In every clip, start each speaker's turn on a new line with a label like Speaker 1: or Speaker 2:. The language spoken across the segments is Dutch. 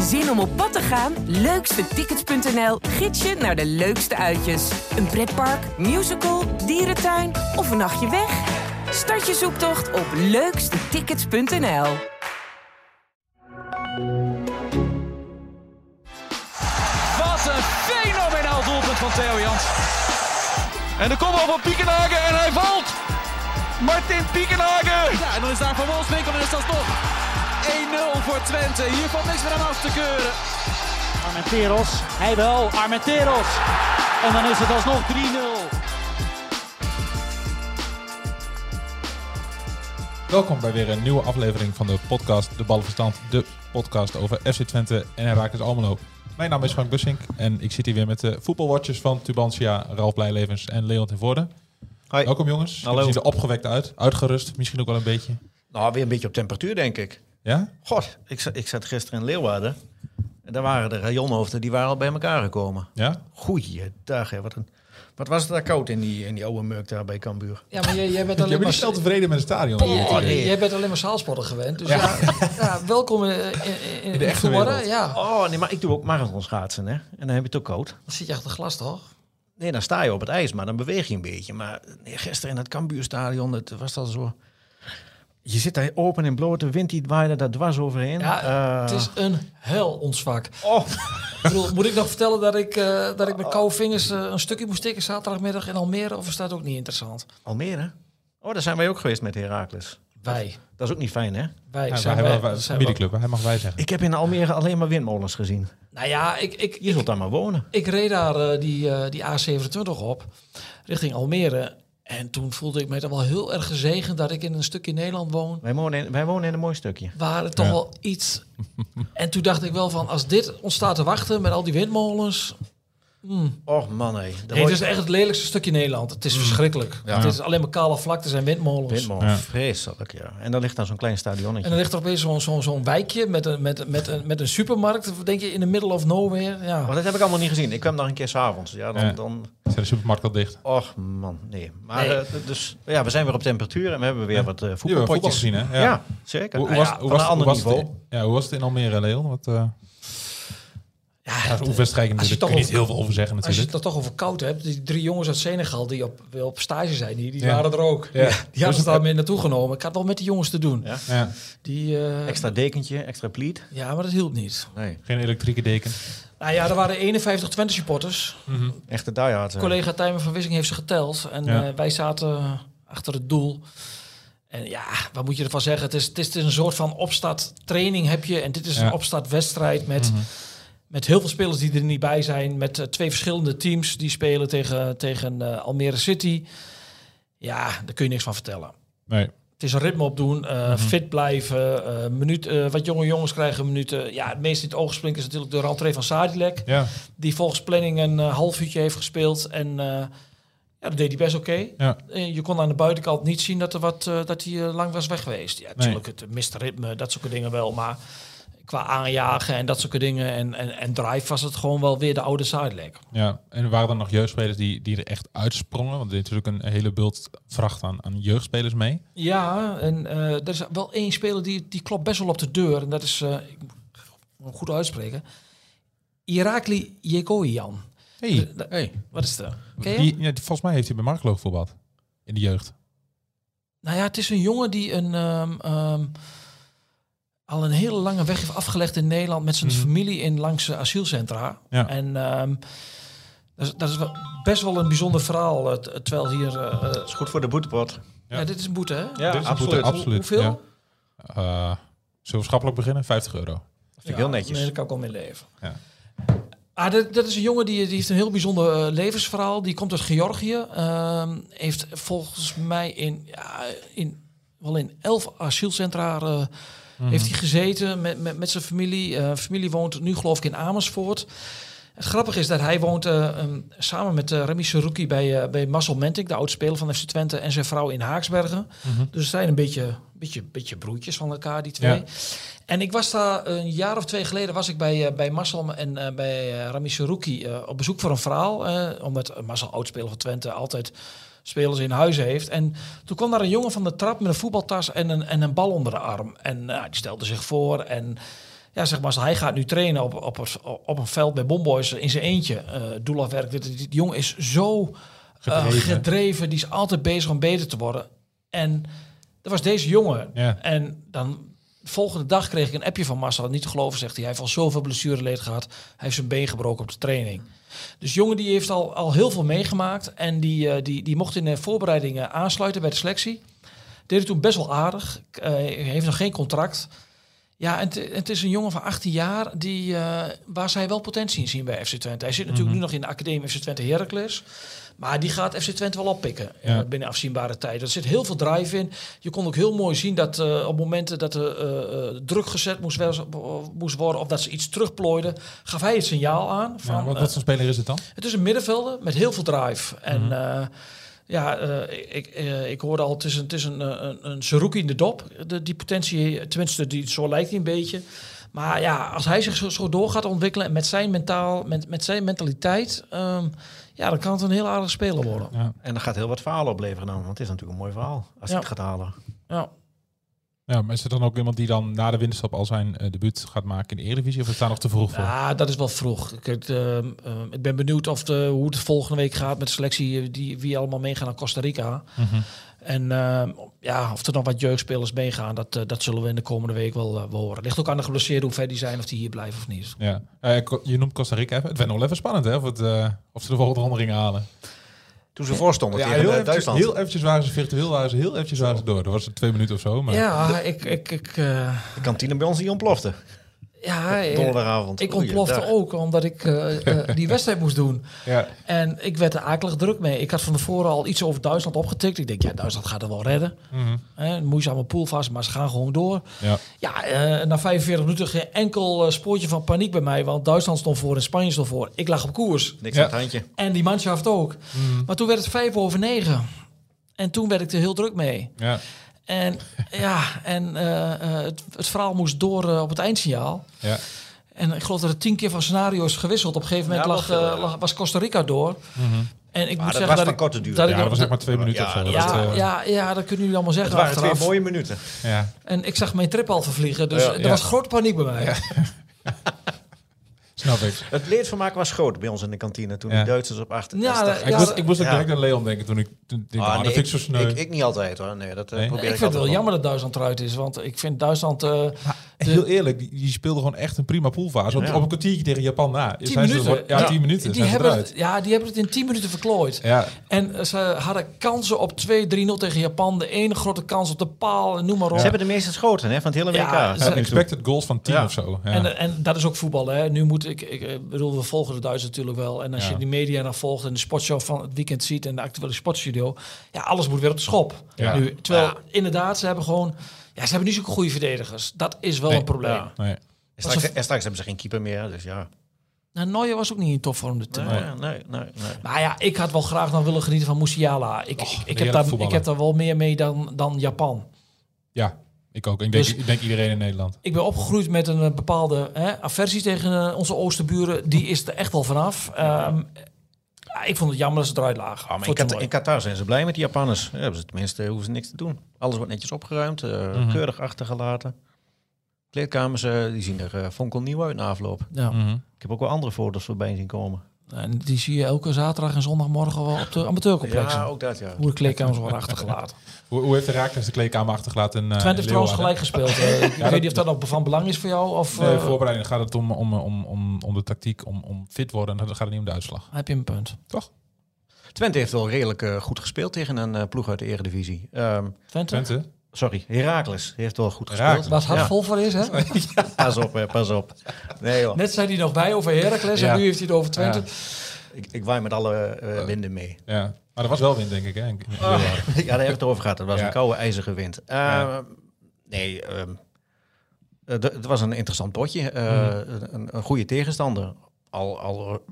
Speaker 1: Zin om op pad te gaan? Leukstetickets.nl gids je naar de leukste uitjes. Een pretpark, musical, dierentuin of een nachtje weg? Start je zoektocht op leukstetickets.nl.
Speaker 2: Wat een fenomenaal doelpunt van Theo Jans. En de kom op van Piekenhagen en hij valt. Martin Piekenhagen. Ja, en dan is daar Van Wolfswinkel en is dat toch 1-0 voor Twente. Hier valt niks meer aan af te keuren.
Speaker 3: Armenteros, hij wel, Armenteros. En dan is het alsnog 3-0.
Speaker 4: Welkom bij weer een nieuwe aflevering van de podcast De Ballenverstand. De podcast over FC Twente en Herakles Almelo. Mijn naam is Frank Bussink en ik zit hier weer met de voetbalwatchers van Tubantia, Ralf Blijlevens en Leon ten Voorde.
Speaker 5: Hoi.
Speaker 4: Welkom jongens.
Speaker 5: Hallo.
Speaker 4: Jullie zien er opgewekt uit, uitgerust misschien ook wel een beetje.
Speaker 5: Nou, weer een beetje op temperatuur, denk ik.
Speaker 4: Ja?
Speaker 5: God, ik, za- ik zat gisteren in Leeuwarden. En daar waren de rajonhoofden, die waren al bij elkaar gekomen.
Speaker 4: Ja?
Speaker 5: Goeiedag, hè. Wat, een, wat was het daar koud in die, in die oude murk daar bij Cambuur?
Speaker 6: Ja, maar jij, jij bent
Speaker 4: Jij
Speaker 6: alleen
Speaker 4: bent niet
Speaker 6: maar...
Speaker 4: snel tevreden met het stadion.
Speaker 6: Oh,
Speaker 4: hoor ik.
Speaker 6: nee, jij bent alleen maar zaalsporten gewend. Dus ja. Ja, welkom in, in, in
Speaker 4: de echte
Speaker 6: Vlaanderen,
Speaker 4: wereld.
Speaker 6: Ja,
Speaker 5: Oh, nee, maar ik doe ook marathonschaatsen, hè. En dan heb je het ook koud.
Speaker 6: dan zit je achter glas toch?
Speaker 5: Nee, dan sta je op het ijs, maar dan beweeg je een beetje. Maar nee, gisteren in het Cambuurstadion, het was al zo... Je zit daar open en bloot, de wind die waaide daar dwars overheen.
Speaker 6: Ja,
Speaker 5: Eh,
Speaker 6: het is een hel ons vak.
Speaker 5: Oh,
Speaker 6: Ik bedoel, moet ik nog vertellen dat ik, eh, dat ik met koude vingers eh, een stukje moest tikken zaterdagmiddag in Almere? Of is dat ook niet interessant?
Speaker 5: Almere? Oh, daar zijn wij ook geweest met Heracles.
Speaker 6: Wij.
Speaker 5: Dat is ook niet fijn, hè?
Speaker 6: Wij
Speaker 4: Ja,
Speaker 6: zijn
Speaker 4: hij,
Speaker 6: wij.
Speaker 4: mag, wij-
Speaker 6: dat zijn wij.
Speaker 4: middenclub, hè? hij mag wij zeggen.
Speaker 5: Ik heb in Almere alleen maar windmolens gezien.
Speaker 6: Nou ja, ik, ik,
Speaker 5: Je zult daar maar wonen.
Speaker 6: Ik reed daar eh, die, eh, die A27 op, richting Almere. En toen voelde ik mij dan wel heel erg gezegend dat ik in een stukje Nederland woon.
Speaker 5: Wij wonen in, wij wonen in een mooi stukje.
Speaker 6: Waar het toch
Speaker 4: Ja.
Speaker 6: wel iets... En toen dacht ik wel van, als dit ons staat te wachten met al die windmolens...
Speaker 5: Och man, hé. Daar
Speaker 6: Nee, het
Speaker 5: word
Speaker 6: is
Speaker 5: je-
Speaker 6: echt het lelijkste stukje Nederland. Het
Speaker 4: Mm.
Speaker 6: is verschrikkelijk. Het is alleen maar kale vlaktes en windmolens.
Speaker 5: Windmolen,
Speaker 4: Ja.
Speaker 5: vreselijk, ja. En dan ligt daar zo'n klein
Speaker 6: En
Speaker 5: stadionnetje.
Speaker 6: dan ligt er opeens zo'n zo'n zo'n wijkje met een, met, met, een, met een supermarkt, denk je, in the middle of nowhere. Ja.
Speaker 5: Maar dat heb ik allemaal niet gezien. Ik kwam daar een keer s'avonds. Ja, dan,
Speaker 4: Ja.
Speaker 5: dan...
Speaker 4: Zijn de supermarkt al dicht?
Speaker 5: Och man, nee. Maar
Speaker 6: Nee.
Speaker 5: eh, d- dus, ja, we zijn weer op temperatuur en we hebben weer wat eh,
Speaker 4: Jullie hebben voetbal
Speaker 5: voetbalpotjes.
Speaker 4: gezien, hè?
Speaker 5: ja. zeker.
Speaker 4: Hoe, hoe
Speaker 5: Nou
Speaker 4: was,
Speaker 5: ja,
Speaker 4: hoe,
Speaker 5: van
Speaker 4: was, hoe
Speaker 5: een ander
Speaker 4: was het,
Speaker 5: niveau.
Speaker 4: in- ja, hoe was het in Almere, Leon? Wat, eh ja, oefenwedstrijden
Speaker 6: als je
Speaker 4: natuurlijk. Kun je
Speaker 6: toch
Speaker 4: niet heel veel over zeggen
Speaker 6: Als je
Speaker 4: natuurlijk.
Speaker 6: het er toch over koud hebt, die drie jongens uit Senegal die op, op stage zijn, die, die
Speaker 4: Ja.
Speaker 6: waren er ook.
Speaker 4: Ja. Dus-
Speaker 6: Die hadden ze daar mee naartoe genomen. Ik had wel met die jongens te doen.
Speaker 5: Ja.
Speaker 4: Ja,
Speaker 6: Die, eh,
Speaker 5: Extra dekentje, extra pleat.
Speaker 6: Ja, maar dat hielp niet.
Speaker 5: Nee,
Speaker 4: geen elektrieke deken.
Speaker 6: Nou ja, er waren 51 Twente supporters.
Speaker 4: Mhm.
Speaker 5: echte diehard. eh. hè.
Speaker 6: Collega Tijmen van Wissing heeft ze geteld. En
Speaker 4: Ja.
Speaker 6: eh, wij zaten achter het doel. En ja, wat moet je ervan zeggen? Het is, het is, het is een soort van opstarttraining heb je. En dit is
Speaker 4: Ja. Mhm.
Speaker 6: een opstartwedstrijd met, met heel veel spelers die er niet bij zijn. Met eh, twee verschillende teams die spelen tegen, tegen eh, Almere City. Ja, daar kun je niks van vertellen.
Speaker 4: Nee.
Speaker 6: Het is een ritme opdoen, eh,
Speaker 4: Mhm.
Speaker 6: fit blijven, eh minuut, eh, wat jonge jongens krijgen minuten. Ja, het meest in het oog springt is natuurlijk de rentree van Sadilek.
Speaker 4: Ja,
Speaker 6: Die volgens planning een eh, half uurtje heeft gespeeld. En eh, ja, dat deed hij best oké.
Speaker 4: ja.
Speaker 6: Eh, Je kon aan de buitenkant niet zien dat, er wat, eh, dat hij eh, lang was weg geweest. Ja, natuurlijk, het miste ritme, dat soort dingen wel. Maar qua aanjagen en dat soort dingen en, en, en drive was het gewoon wel weer de oude Sadilek.
Speaker 4: Ja, en waren er nog jeugdspelers die, die er echt uitsprongen? Want er is natuurlijk een hele bult vracht aan, aan jeugdspelers mee.
Speaker 6: Ja, en eh, er is wel één speler die, die klopt best wel op de deur. En dat is, eh, ik moet hem goed uitspreken, Irakli Jekoian.
Speaker 4: Hey,
Speaker 6: De- de- Wat is dat? Ken je hem?
Speaker 4: die, ja, die- volgens mij heeft hij bij Marklo voetbald. In de jeugd.
Speaker 6: Nou ja, het is een jongen die een, ehm, ehm, al een hele lange weg heeft afgelegd in Nederland met zijn
Speaker 4: Mhm.
Speaker 6: familie in langs eh, asielcentra.
Speaker 4: Ja.
Speaker 6: En ehm, dat, is, dat is wel best wel een bijzonder verhaal. eh, t- terwijl hier, eh, eh,
Speaker 5: Dat is goed voor de boetepot.
Speaker 4: Ja.
Speaker 6: ja, dit is een boete, hè?
Speaker 5: Ja,
Speaker 4: Dit is een
Speaker 5: absoluut.
Speaker 4: boete, absoluut.
Speaker 6: Hoeveel?
Speaker 4: Ja. Eh, zullen we schappelijk beginnen? 50 euro.
Speaker 5: Vind ik heel netjes.
Speaker 6: Nee, daar kan ik wel mee leven.
Speaker 4: Ja.
Speaker 6: Ah, dat, dat is een jongen die, die heeft een heel bijzonder eh, levensverhaal. Die komt uit Georgië. Ehm, heeft volgens mij in, ja, in wel in elf asielcentra eh,
Speaker 5: Mhm.
Speaker 6: heeft hij gezeten met, met, met zijn familie. Eh, familie woont nu geloof ik in Amersfoort. Het grappige is dat hij woont eh, ehm, samen met eh, Remy Seruki bij, eh, bij Marcel Mentik, de oud-speler van FC Twente, en zijn vrouw in Haaksbergen. Dus ze zijn een beetje, beetje, beetje broertjes van elkaar, die twee.
Speaker 4: Ja.
Speaker 6: En ik was daar een jaar of twee geleden was ik bij, eh, bij Marcel en eh, bij eh, Rami Seruki eh, op bezoek voor een verhaal. eh, omdat eh, Marcel, oudspeler van Twente, altijd spelers in huis heeft. En toen kwam daar een eh, jongen van de trap met een voetbaltas en een, en een bal onder de arm. En nou, die stelde zich voor en ja, zeg maar, als hij gaat nu trainen op, op, het- op een veld bij Bomboys in zijn eentje. eh doelafwerk. Dit- dit- Die jongen is zo eh,
Speaker 4: Gedreven.
Speaker 6: gedreven. Die is altijd bezig om beter te worden. En dat was deze jongen.
Speaker 4: Ja.
Speaker 6: En dan de volgende dag kreeg ik een appje van Marcel. Niet te geloven, zegt hij. Hij heeft al zoveel blessureleed gehad. Hij heeft zijn been gebroken op de training. Dus jongen die heeft al, al heel veel meegemaakt. En die, eh, die, die mocht in de voorbereidingen aansluiten bij de selectie. Deed het toen best wel aardig. K- eh, hij heeft nog geen contract. Ja, en het- het is een jongen van 18 jaar die, eh, waar zij wel potentie in zien bij FC Twente. Hij zit natuurlijk
Speaker 4: Mhm.
Speaker 6: nu nog in de academie FC Twente Heracles. Maar die gaat FC Twente wel oppikken eh,
Speaker 4: Ja.
Speaker 6: binnen afzienbare tijd. Er zit heel veel drive in. Je kon ook heel mooi zien dat eh, op momenten dat er eh, eh, druk gezet moest, wel- moest worden... of dat ze iets terugplooiden, gaf hij het signaal aan. Van,
Speaker 4: Ja, wat,
Speaker 6: eh,
Speaker 4: wat voor speler is het dan?
Speaker 6: het is een middenvelder met heel veel drive. En eh, ja, eh, ik, eh, ik hoorde al, het is een, het is een, eh, een, een Saruki in de dop. De, die potentie, tenminste, die, zo lijkt hij een beetje. Maar ja, als hij zich zo, zo door gaat ontwikkelen en met zijn, mentaal, met, met zijn mentaliteit, ehm, ja, dan kan het een heel aardige speler worden.
Speaker 5: En dat gaat heel wat verhalen opleveren dan. Want het is natuurlijk een mooi verhaal. Als hij
Speaker 6: Ja.
Speaker 5: het gaat halen.
Speaker 6: Ja.
Speaker 4: Ja, maar is er dan ook iemand die dan na de winterstap al zijn eh, debuut gaat maken in de Eredivisie? Of is daar nog te vroeg voor?
Speaker 6: Ja, dat is wel vroeg. Kijk, ehm, ehm, ik ben benieuwd of de, hoe het volgende week gaat met de selectie eh, die, wie allemaal meegaan naar Costa Rica.
Speaker 4: Mhm.
Speaker 6: En ehm, ja, of er nog wat jeugdspelers meegaan, dat, eh, dat zullen we in de komende week wel, eh, wel horen. Ligt ook aan de geblesseerden hoe ver die zijn, of die hier blijven of niet.
Speaker 4: Ja. Eh, Ko- je noemt Costa Rica even. Het werd nog wel even spannend, hè? Of, het, eh, of ze de volgende ronde gingen halen.
Speaker 5: Toen ze voorstonden
Speaker 4: Ja,
Speaker 5: tegen
Speaker 4: heel,
Speaker 5: eh,
Speaker 4: eventjes,
Speaker 5: Duitsland.
Speaker 4: heel eventjes waren ze virtueel, waren ze heel eventjes waren ze door. Dat was het twee minuten of zo. Maar
Speaker 6: Ja, ik, ik, ik, eh,
Speaker 5: De kantine bij ons die ontplofte.
Speaker 6: ja, ik,
Speaker 5: Donderdagavond.
Speaker 6: Ah, ik ontplofte
Speaker 5: Goeiedag.
Speaker 6: ook omdat ik eh, eh, die wedstrijd moest doen.
Speaker 4: ja.
Speaker 6: En ik werd er akelig druk mee. Ik had van tevoren al iets over Duitsland opgetikt. Ik denk, ja, Duitsland gaat er wel redden.
Speaker 4: Mhm.
Speaker 6: Hè, een moeizame pool vast, maar ze gaan gewoon door.
Speaker 4: Ja.
Speaker 6: Ja, eh, na 45 minuten geen enkel eh, spoortje van paniek bij mij. Want Duitsland stond voor en Spanje stond voor. Ik lag op koers.
Speaker 5: Niks
Speaker 4: Ja.
Speaker 5: aan het handje.
Speaker 6: En die manschaft ook.
Speaker 5: Hmm.
Speaker 6: Maar toen werd het vijf over negen. En toen werd ik er heel druk mee.
Speaker 4: Ja.
Speaker 6: En ja, en eh, eh, het, het verhaal moest door eh, op het eindsignaal.
Speaker 4: Ja.
Speaker 6: En ik geloof dat er tien keer van scenario's is gewisseld. Op een gegeven moment
Speaker 5: Ja,
Speaker 6: lag,
Speaker 5: wel veel,
Speaker 6: eh,
Speaker 5: ja.
Speaker 6: lag- was Costa Rica door. En
Speaker 5: Maar
Speaker 6: ik
Speaker 5: dat
Speaker 6: moet zeggen
Speaker 5: was
Speaker 6: dat
Speaker 5: van
Speaker 6: ik,
Speaker 5: korte duur.
Speaker 6: dat ik
Speaker 4: Ja, dat
Speaker 6: nog-
Speaker 4: was echt maar twee minuten
Speaker 5: Ja,
Speaker 4: of zo.
Speaker 5: dat
Speaker 4: Dat
Speaker 6: ja,
Speaker 4: was, eh,
Speaker 6: ja, ja, dat kunnen jullie allemaal
Speaker 5: Het
Speaker 6: zeggen
Speaker 5: waren twee
Speaker 6: achteraf.
Speaker 5: mooie minuten.
Speaker 4: ja.
Speaker 6: En ik zag mijn trip al vervliegen, dus
Speaker 5: Ja.
Speaker 6: er
Speaker 4: Ja.
Speaker 6: was grote paniek bij mij.
Speaker 4: Snap ik.
Speaker 5: Het leedvermaak was groot bij ons in de kantine toen
Speaker 4: Ja.
Speaker 5: die Duitsers op achter.
Speaker 6: Ja,
Speaker 5: dat is
Speaker 6: dat-
Speaker 5: toch-
Speaker 4: ik,
Speaker 6: ja,
Speaker 4: moest, ik moest ook
Speaker 5: ja.
Speaker 4: direct aan Leon denken toen ik toen denk,
Speaker 5: Ah,
Speaker 4: ah,
Speaker 5: nee,
Speaker 4: dat vind ik zo sneu.
Speaker 5: ik, ik niet altijd hoor. Nee, dat eh,
Speaker 4: Nee?
Speaker 5: probeer
Speaker 6: Ik
Speaker 5: ik,
Speaker 6: vind het wel
Speaker 5: altijd
Speaker 6: jammer dat Duitsland eruit is, want ik vind Duitsland... eh,
Speaker 4: Heel eerlijk, die, die speelde gewoon echt een prima poolfase. Op,
Speaker 5: Ja.
Speaker 4: op een kwartiertje tegen Japan na.
Speaker 6: tien
Speaker 4: Zijn ze er
Speaker 6: minuten.
Speaker 4: gewoon- ja, tien minuten.
Speaker 6: Die
Speaker 4: zijn ze
Speaker 6: hebben,
Speaker 4: eruit.
Speaker 6: het, ja, die hebben het in 10 minuten verklooid.
Speaker 4: Ja,
Speaker 6: En eh, ze hadden kansen op 2-3-0 tegen Japan. De ene grote kans op de paal, en noem maar op.
Speaker 5: Ze hebben de meeste schoten hè, van het hele WK.
Speaker 6: Ja,
Speaker 5: Ja,
Speaker 6: ze-
Speaker 4: Ja, expected goals van 10
Speaker 5: Ja.
Speaker 4: of zo. Ja.
Speaker 6: En, eh, en dat is ook voetbal. Hè. Nu moet ik, ik eh, bedoel, we volgen de Duitsers natuurlijk wel. En als
Speaker 4: Ja.
Speaker 6: je die media dan volgt en de sportshow van het weekend ziet en de actuele sportstudio, ja, alles moet weer op de schop.
Speaker 4: Ja.
Speaker 6: Nu, terwijl inderdaad, ze hebben gewoon, ja, ze hebben niet zo'n goede verdedigers. Dat is wel
Speaker 4: Nee.
Speaker 6: een probleem.
Speaker 5: Ja.
Speaker 4: nee.
Speaker 5: En straks, en straks hebben ze geen keeper meer. Dus ja.
Speaker 6: Nou, Neuer was ook niet in topvorm dit toernooi.
Speaker 5: Nee, nee, nee. nee.
Speaker 6: Maar Nou ja, ik had wel graag nog willen genieten van Musiala. Ik, ik, ik, heb,
Speaker 4: heerlijk
Speaker 6: daar, ik
Speaker 4: voetballer.
Speaker 6: heb daar wel meer mee dan, dan Japan.
Speaker 4: ja, ik ook. Ik denk,
Speaker 6: Dus-
Speaker 4: ik denk iedereen in Nederland.
Speaker 6: Ik ben opgegroeid met een eh, bepaalde hè, aversie tegen eh, onze oosterburen. Die is er echt wel vanaf. Ehm, ja, ik vond het jammer dat ze eruit
Speaker 5: Ah,
Speaker 6: lagen.
Speaker 5: maar
Speaker 6: voor
Speaker 5: in,
Speaker 6: het
Speaker 5: Kat-
Speaker 6: toernooi.
Speaker 5: in Qatar zijn ze blij met die Japanners. Ja, hebben ze tenminste hoeven ze niks te doen. Alles wordt netjes opgeruimd, eh,
Speaker 4: Mhm.
Speaker 5: keurig achtergelaten. Kleedkamers eh, die zien er eh fonkelnieuw uit na afloop.
Speaker 6: Ja.
Speaker 4: Mhm.
Speaker 5: Ik heb ook wel andere foto's voorbij zien komen.
Speaker 6: En die zie je elke zaterdag en zondagmorgen wel op de amateurcomplexen.
Speaker 5: ook dat ja.
Speaker 6: Hoe de kleedkamers worden achtergelaten.
Speaker 4: hoe, hoe heeft de Raakles de kleedkamer achtergelaten? in, eh,
Speaker 6: Twente
Speaker 4: in
Speaker 6: heeft trouwens gelijk
Speaker 4: Leeuwarden?
Speaker 6: gespeeld. Eh, ik
Speaker 4: dat-
Speaker 6: weet niet of dat nog van belang is voor jou. Of
Speaker 4: Nee,
Speaker 6: eh,
Speaker 4: voorbereiding gaat het om, om, om, om, om de tactiek, om, om fit worden. En dan gaat het niet om de uitslag.
Speaker 6: heb je een punt.
Speaker 4: Toch?
Speaker 5: Twente heeft wel redelijk eh, goed gespeeld tegen een eh, ploeg uit de Eredivisie. Ehm,
Speaker 6: Twente?
Speaker 4: Twente?
Speaker 5: sorry, Heracles heeft wel goed
Speaker 4: Heracles.
Speaker 5: gespeeld.
Speaker 6: Waar het hart
Speaker 5: Ja.
Speaker 6: vol voor is, hè?
Speaker 5: Pas op, hè, pas op. Nee joh,
Speaker 6: Net zei hij nog bij over Heracles
Speaker 4: Ja.
Speaker 6: en nu heeft hij het over Twente.
Speaker 5: ik, ik waai met alle eh, winden mee.
Speaker 4: Ja. Maar dat was wel win, denk ik. Hè? in- in Leeuwarden.
Speaker 5: ja, daar hebben we het over gehad. Het was
Speaker 4: Ja.
Speaker 5: een koude, ijzige wind. Eh,
Speaker 4: Ja.
Speaker 5: Nee, ehm, eh, d- het was een interessant potje. Eh,
Speaker 4: Hmm.
Speaker 5: een, een goede tegenstander. Al, al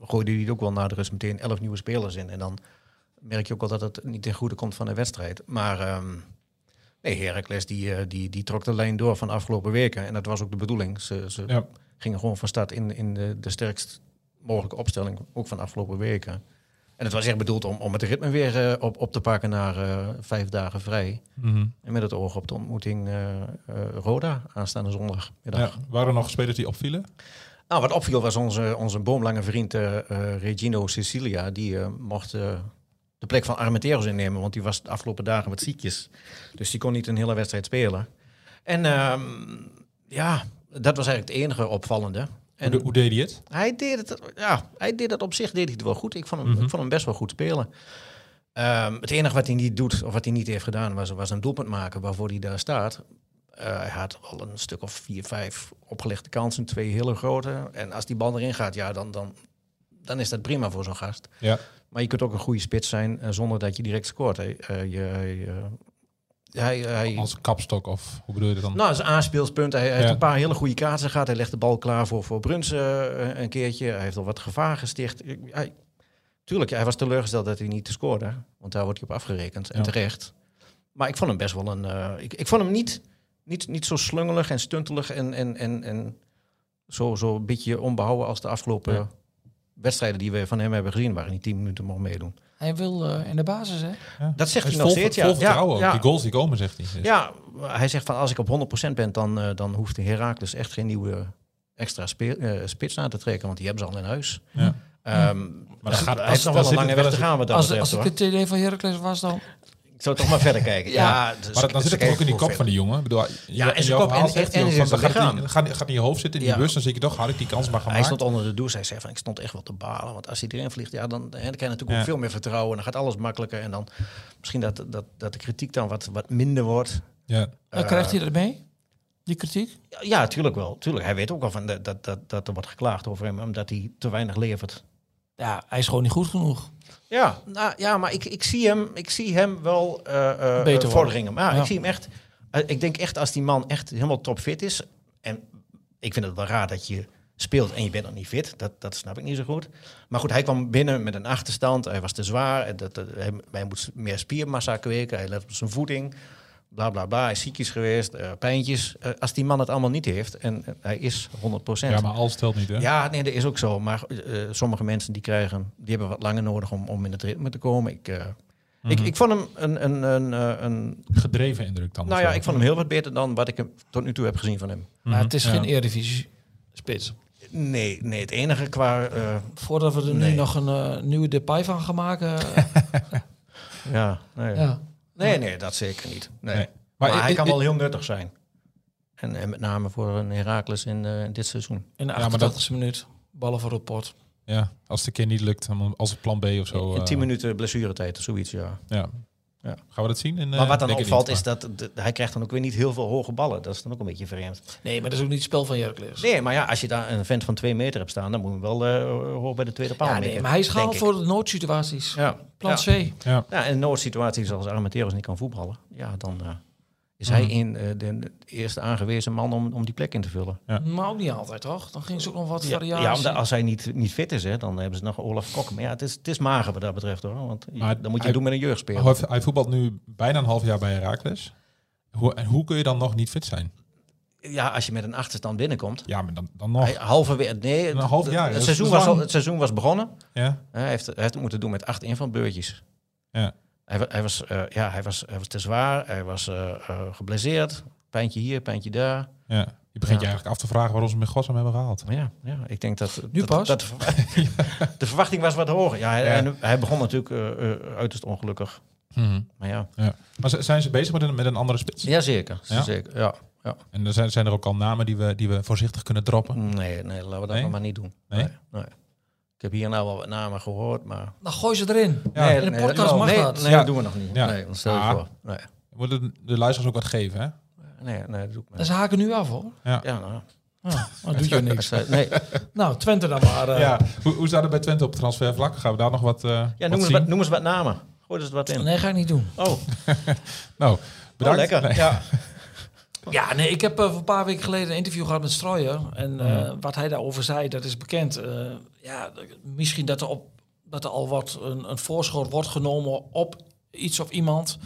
Speaker 5: gooide hij het ook wel na de rust meteen elf nieuwe spelers in. En dan merk je ook wel dat het niet ten goede komt van de wedstrijd. Maar ehm, nee, Heracles die, eh, die, die trok de lijn door van de afgelopen weken. En dat was ook de bedoeling. Ze, ze
Speaker 4: Ja.
Speaker 5: gingen gewoon van start in, in de, de sterkst mogelijke opstelling, ook van de afgelopen weken. En En het was echt bedoeld om, om het ritme weer eh, op, op te pakken naar eh, vijf dagen vrij.
Speaker 4: Mhm.
Speaker 5: En met het oog op de ontmoeting eh, eh, Roda aanstaande zondagmiddag.
Speaker 4: Ja, waren er nog spelers die opvielen?
Speaker 5: Nou, wat opviel was onze, onze boomlange vriend eh, eh, Regino Cecilia. Die eh, mocht eh, de plek van Armenteros innemen, want die was de afgelopen dagen wat ziekjes. Dus die kon niet een hele wedstrijd spelen. En ehm, ja, dat was eigenlijk het enige opvallende. En
Speaker 4: hoe, de- hoe deed hij het?
Speaker 5: hij deed het, ja, hij deed dat op zich deed hij het wel goed. Ik vond hem,
Speaker 4: Mhm.
Speaker 5: ik vond hem best wel goed spelen. Ehm, het enige wat hij niet doet, of wat hij niet heeft gedaan, was, was een doelpunt maken waarvoor hij daar staat. Eh, hij had al een stuk of vier, vijf opgelegde kansen, twee hele grote. En als die bal erin gaat, ja, dan, dan, dan is dat prima voor zo'n gast.
Speaker 4: Ja.
Speaker 5: Maar je kunt ook een goede spits zijn eh, zonder dat je direct scoort. Hij, eh, je, je- hij, hij,
Speaker 4: Als kapstok of hoe bedoel je dat dan?
Speaker 5: nou, zijn aanspeelspunt. Hij, hij heeft
Speaker 4: Ja.
Speaker 5: een paar hele goede kaarsen gehad. Hij legt de bal klaar voor, voor Bruns eh, een keertje. Hij heeft al wat gevaar gesticht. Ik- Hij, tuurlijk, hij was teleurgesteld dat hij niet te scoorde. Want daar wordt hij op afgerekend. En
Speaker 4: Ja.
Speaker 5: terecht. Maar ik vond hem best wel een... eh, ik, ik vond hem niet, niet, niet zo slungelig en stuntelig en, en, en, en zo, zo een beetje onbehouden als de afgelopen...
Speaker 4: Ja.
Speaker 5: Wedstrijden die we van hem hebben gezien, waarin hij 10 minuten mocht meedoen.
Speaker 6: Hij wil eh, in de basis, hè?
Speaker 4: Ja.
Speaker 5: Dat zegt
Speaker 4: Hij
Speaker 5: hij
Speaker 4: is
Speaker 5: nog
Speaker 4: vol,
Speaker 5: steeds. ja.
Speaker 4: vol
Speaker 5: Ja,
Speaker 4: vertrouwen. ook.
Speaker 5: ja.
Speaker 4: Die goals die komen, zegt hij. Dus-
Speaker 5: Ja, hij zegt van als ik op 100% ben, dan, eh, dan hoeft de Herakles echt geen nieuwe extra speel- eh, spits aan te trekken, want die hebben ze al in huis.
Speaker 4: Ja.
Speaker 5: Ehm,
Speaker 4: Maar
Speaker 5: dus
Speaker 4: dan gaat- als-
Speaker 5: hij heeft nog
Speaker 4: dan
Speaker 5: wel
Speaker 4: zit
Speaker 5: een lange
Speaker 4: het wel
Speaker 5: weg
Speaker 4: eens-
Speaker 5: te gaan wat dat
Speaker 6: Als,
Speaker 5: betreft,
Speaker 6: als het
Speaker 5: hoor.
Speaker 6: het idee van Heracles was dan...
Speaker 5: Ik zou toch maar verder kijken.
Speaker 6: Ja.
Speaker 5: Ja, dus-
Speaker 4: Maar dat- dan
Speaker 5: dus
Speaker 4: zit het
Speaker 5: ik
Speaker 4: ook in die
Speaker 5: voor
Speaker 4: kop
Speaker 5: verder.
Speaker 4: van die jongen. Ik bedoel,
Speaker 5: Ja,
Speaker 4: in
Speaker 5: en ze
Speaker 4: jouw
Speaker 5: komen-
Speaker 4: verhaal
Speaker 5: en-
Speaker 4: zegt
Speaker 5: en-
Speaker 4: hij ook
Speaker 5: en
Speaker 4: van,
Speaker 5: ze
Speaker 4: dan gaat,
Speaker 5: zijn
Speaker 4: het in, gaat, gaat in je hoofd zitten, in die
Speaker 5: Ja.
Speaker 4: bus. Dan zie ik, toch had ik die kans maar
Speaker 5: Hij
Speaker 4: gemaakt.
Speaker 5: stond onder de douche. Hij zei van ik stond echt wel te balen. Want als hij erin vliegt, ja, dan, hè, dan krijg je natuurlijk
Speaker 4: Ja.
Speaker 5: ook veel meer vertrouwen. Dan gaat alles makkelijker. En dan misschien dat, dat, dat de kritiek dan wat, wat minder wordt.
Speaker 4: Ja.
Speaker 6: eh, krijgt hij dat mee? Die kritiek?
Speaker 5: Ja, Ja, tuurlijk wel. Tuurlijk. Hij weet ook wel van dat, dat, dat, dat er wordt geklaagd over hem, omdat hij te weinig levert.
Speaker 6: Ja, hij is gewoon niet goed genoeg.
Speaker 5: Ja, nou, ja maar ik, ik, zie hem, ik zie hem wel eh, eh,
Speaker 6: Beter
Speaker 5: vorderingen. Maar ja,
Speaker 6: Ja.
Speaker 5: ik zie hem echt. eh, ik denk echt als die man echt helemaal topfit is. En ik vind het wel raar dat je speelt en je bent nog niet fit. Dat, dat snap ik niet zo goed. Maar goed, hij kwam binnen met een achterstand. Hij was te zwaar. En dat, dat- hij, hij moet meer spiermassa kweken. Hij let op zijn voeding. Bla bla bla. Hij is ziekjes geweest. eh, pijntjes. Eh, als die man het allemaal niet heeft. En eh, hij is 100
Speaker 4: ja, maar alles telt niet, hè?
Speaker 5: ja, nee, dat is ook zo. Maar eh, eh, sommige mensen die krijgen, die hebben wat langer nodig om, om in het ritme te komen. Ik, eh, ik, ik vond hem een, een, een, eh, een.
Speaker 4: Gedreven indruk dan.
Speaker 5: Nou ja, ik vond hem heel wat beter dan wat ik hem tot nu toe heb gezien van hem.
Speaker 6: Maar het is
Speaker 4: ja.
Speaker 6: geen Eredivisie spits.
Speaker 5: Nee, nee, het enige qua. eh,
Speaker 6: Voordat we er nu
Speaker 5: Nee.
Speaker 6: nog een eh, nieuwe Depay van gaan maken. eh,
Speaker 5: ja, nee.
Speaker 6: ja.
Speaker 5: nee, nee, dat zeker niet. Nee.
Speaker 4: Nee.
Speaker 5: Maar,
Speaker 4: Maar
Speaker 5: hij
Speaker 4: ik-
Speaker 5: kan
Speaker 4: ik-
Speaker 5: wel heel nuttig zijn. En, en met name voor een Herakles in eh, dit seizoen.
Speaker 6: In de
Speaker 4: Ja, maar
Speaker 6: 88e
Speaker 4: dat-
Speaker 6: minuut. Ballen voor het pot.
Speaker 4: Ja, als het een keer niet lukt, dan als het plan B of zo.
Speaker 5: in
Speaker 4: eh,
Speaker 5: 10 minuten blessuretijd of zoiets, ja.
Speaker 4: Ja.
Speaker 5: Ja.
Speaker 4: Gaan we dat zien? In, eh,
Speaker 5: maar wat dan
Speaker 4: denk ik
Speaker 5: opvalt
Speaker 4: niet,
Speaker 5: is dat de- hij krijgt dan ook weer niet heel veel hoge ballen. Dat is dan ook een beetje vreemd.
Speaker 6: Nee, maar dat is ook niet het spel van Heracles.
Speaker 5: Nee, maar ja, als je daar een vent van twee meter hebt staan, dan moet je hem wel eh, hoog bij de tweede paal.
Speaker 6: ja, nee,
Speaker 5: mikken,
Speaker 6: maar hij is
Speaker 5: denk
Speaker 6: gehaald
Speaker 5: ik.
Speaker 6: voor de noodsituaties.
Speaker 5: Ja.
Speaker 6: Plan
Speaker 5: ja.
Speaker 6: C.
Speaker 4: maar- Ja.
Speaker 5: Ja, en in noodsituaties als Armenteros niet kan voetballen, ja, dan eh, is
Speaker 6: Mhm.
Speaker 5: hij in, eh, de, de eerste aangewezen man om, om die plek in te vullen.
Speaker 6: Maar ook niet altijd, toch? Dan ging ze ook nog wat
Speaker 5: Ja,
Speaker 6: variatie.
Speaker 5: ja omdat als hij niet, niet fit is, hè, dan hebben ze nog Olaf Kok. Maar ja, het is, het is mager wat dat betreft hoor. Want je-
Speaker 4: Maar
Speaker 5: dan moet je
Speaker 4: hij-
Speaker 5: het doen met een
Speaker 4: Hij
Speaker 5: jeugdspeler.
Speaker 4: heeft- Hij voetbalt nu bijna een half jaar bij Herakles. Hoe, en hoe kun je dan nog niet fit zijn?
Speaker 5: Ja, als je met een achterstand binnenkomt.
Speaker 4: Ja, maar dan, dan nog.
Speaker 5: Hij, halverwege, nee,
Speaker 4: Oh. Een
Speaker 5: het-
Speaker 4: half jaar,
Speaker 5: het,
Speaker 4: dat is
Speaker 5: seizoen
Speaker 4: lang.
Speaker 5: was al, het seizoen was begonnen.
Speaker 4: Ja,
Speaker 5: Hij heeft, hij heeft het moeten doen met acht invalbeurtjes.
Speaker 4: Ja.
Speaker 5: Hij, wa- hij, was, eh, ja, hij, was, hij was te zwaar, hij was eh, eh, geblesseerd. Pijntje hier, pijntje daar.
Speaker 4: ja. Je begint je
Speaker 5: Ja.
Speaker 4: eigenlijk af te vragen waarom ze hem in Gossam hebben gehaald.
Speaker 5: Maar ja, ja ik denk dat...
Speaker 6: Nu
Speaker 5: dat,
Speaker 6: pas?
Speaker 5: dat- de verwachting was wat hoger. Ja, hij,
Speaker 4: Ja.
Speaker 5: en hij begon natuurlijk eh, eh, uiterst ongelukkig. Maar ja,
Speaker 4: Ja. Maar z- zijn ze bezig met een, met een andere spits?
Speaker 5: ja zeker.
Speaker 4: Ja?
Speaker 5: zeker ja. Ja.
Speaker 4: En er zijn, zijn er ook al namen die we, die we voorzichtig kunnen droppen.
Speaker 5: Nee, nee, laten we dat
Speaker 4: Nee?
Speaker 5: maar niet doen.
Speaker 4: Nee?
Speaker 5: Ik heb hier nou wel wat namen gehoord, maar...
Speaker 6: Nou, gooi ze erin.
Speaker 4: Ja.
Speaker 5: nee,
Speaker 6: In de
Speaker 5: nee,
Speaker 6: podcast
Speaker 5: dat-
Speaker 6: mag
Speaker 5: nee,
Speaker 6: dat.
Speaker 5: Nee,
Speaker 4: Ja.
Speaker 5: dat doen we nog niet.
Speaker 4: Ja.
Speaker 5: Nee, dan stel je
Speaker 4: Ah.
Speaker 5: voor. Nee,
Speaker 4: We moeten de luisteraars ook wat geven, hè?
Speaker 5: Eh. nee, nee, dat doe ik maar
Speaker 6: En
Speaker 5: niet.
Speaker 6: ze haken nu af, hoor.
Speaker 5: Ja, nou,
Speaker 6: Ja, dat doet je niks.
Speaker 5: dat is- nee,
Speaker 6: Nou, Twente dan maar. eh.
Speaker 4: Ja. Hoe, hoe staat het bij Twente op transfervlak? Gaan we daar nog wat, eh
Speaker 5: Ja,
Speaker 4: wat
Speaker 5: noem, eens
Speaker 4: zien?
Speaker 5: wat, noem eens wat namen. Gooi er eens wat in.
Speaker 6: Nee, ga ik niet doen.
Speaker 5: Oh,
Speaker 4: Nou,
Speaker 5: wel
Speaker 4: bedankt.
Speaker 5: Oh, lekker.
Speaker 4: Nee. Nou,
Speaker 5: Ja.
Speaker 6: Ja, nee, ik heb eh, een paar weken geleden een interview gehad met Stroyer. En eh, wat hij daarover zei, dat is bekend. Eh, ja, d- misschien dat er, op, dat er al wat een, een voorschot wordt genomen op iets of iemand.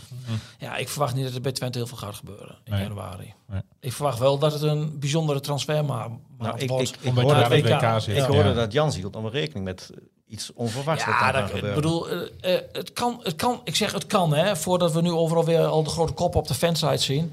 Speaker 6: Ja, ik verwacht niet dat er bij Twente heel veel gaat gebeuren in
Speaker 4: Nee.
Speaker 6: januari.
Speaker 4: Nee.
Speaker 6: Ik verwacht wel dat het een bijzondere transfermaand
Speaker 5: Nou, ik,
Speaker 6: wordt.
Speaker 5: ik, ik
Speaker 4: Omdat je
Speaker 5: hoorde,
Speaker 4: daar
Speaker 5: dat,
Speaker 4: bij
Speaker 5: ik
Speaker 4: het WK
Speaker 6: WK
Speaker 4: zit.
Speaker 6: ik
Speaker 4: Ja.
Speaker 5: hoorde dat Jans hield nog wel rekening met iets onverwachts wat
Speaker 6: Ja,
Speaker 5: daar
Speaker 6: dat,
Speaker 5: gaat
Speaker 6: ik
Speaker 5: gebeuren.
Speaker 6: bedoel, eh, eh, het, kan, het kan. Ik zeg het kan, hè. Voordat we nu overal weer al de grote koppen op de fansite zien.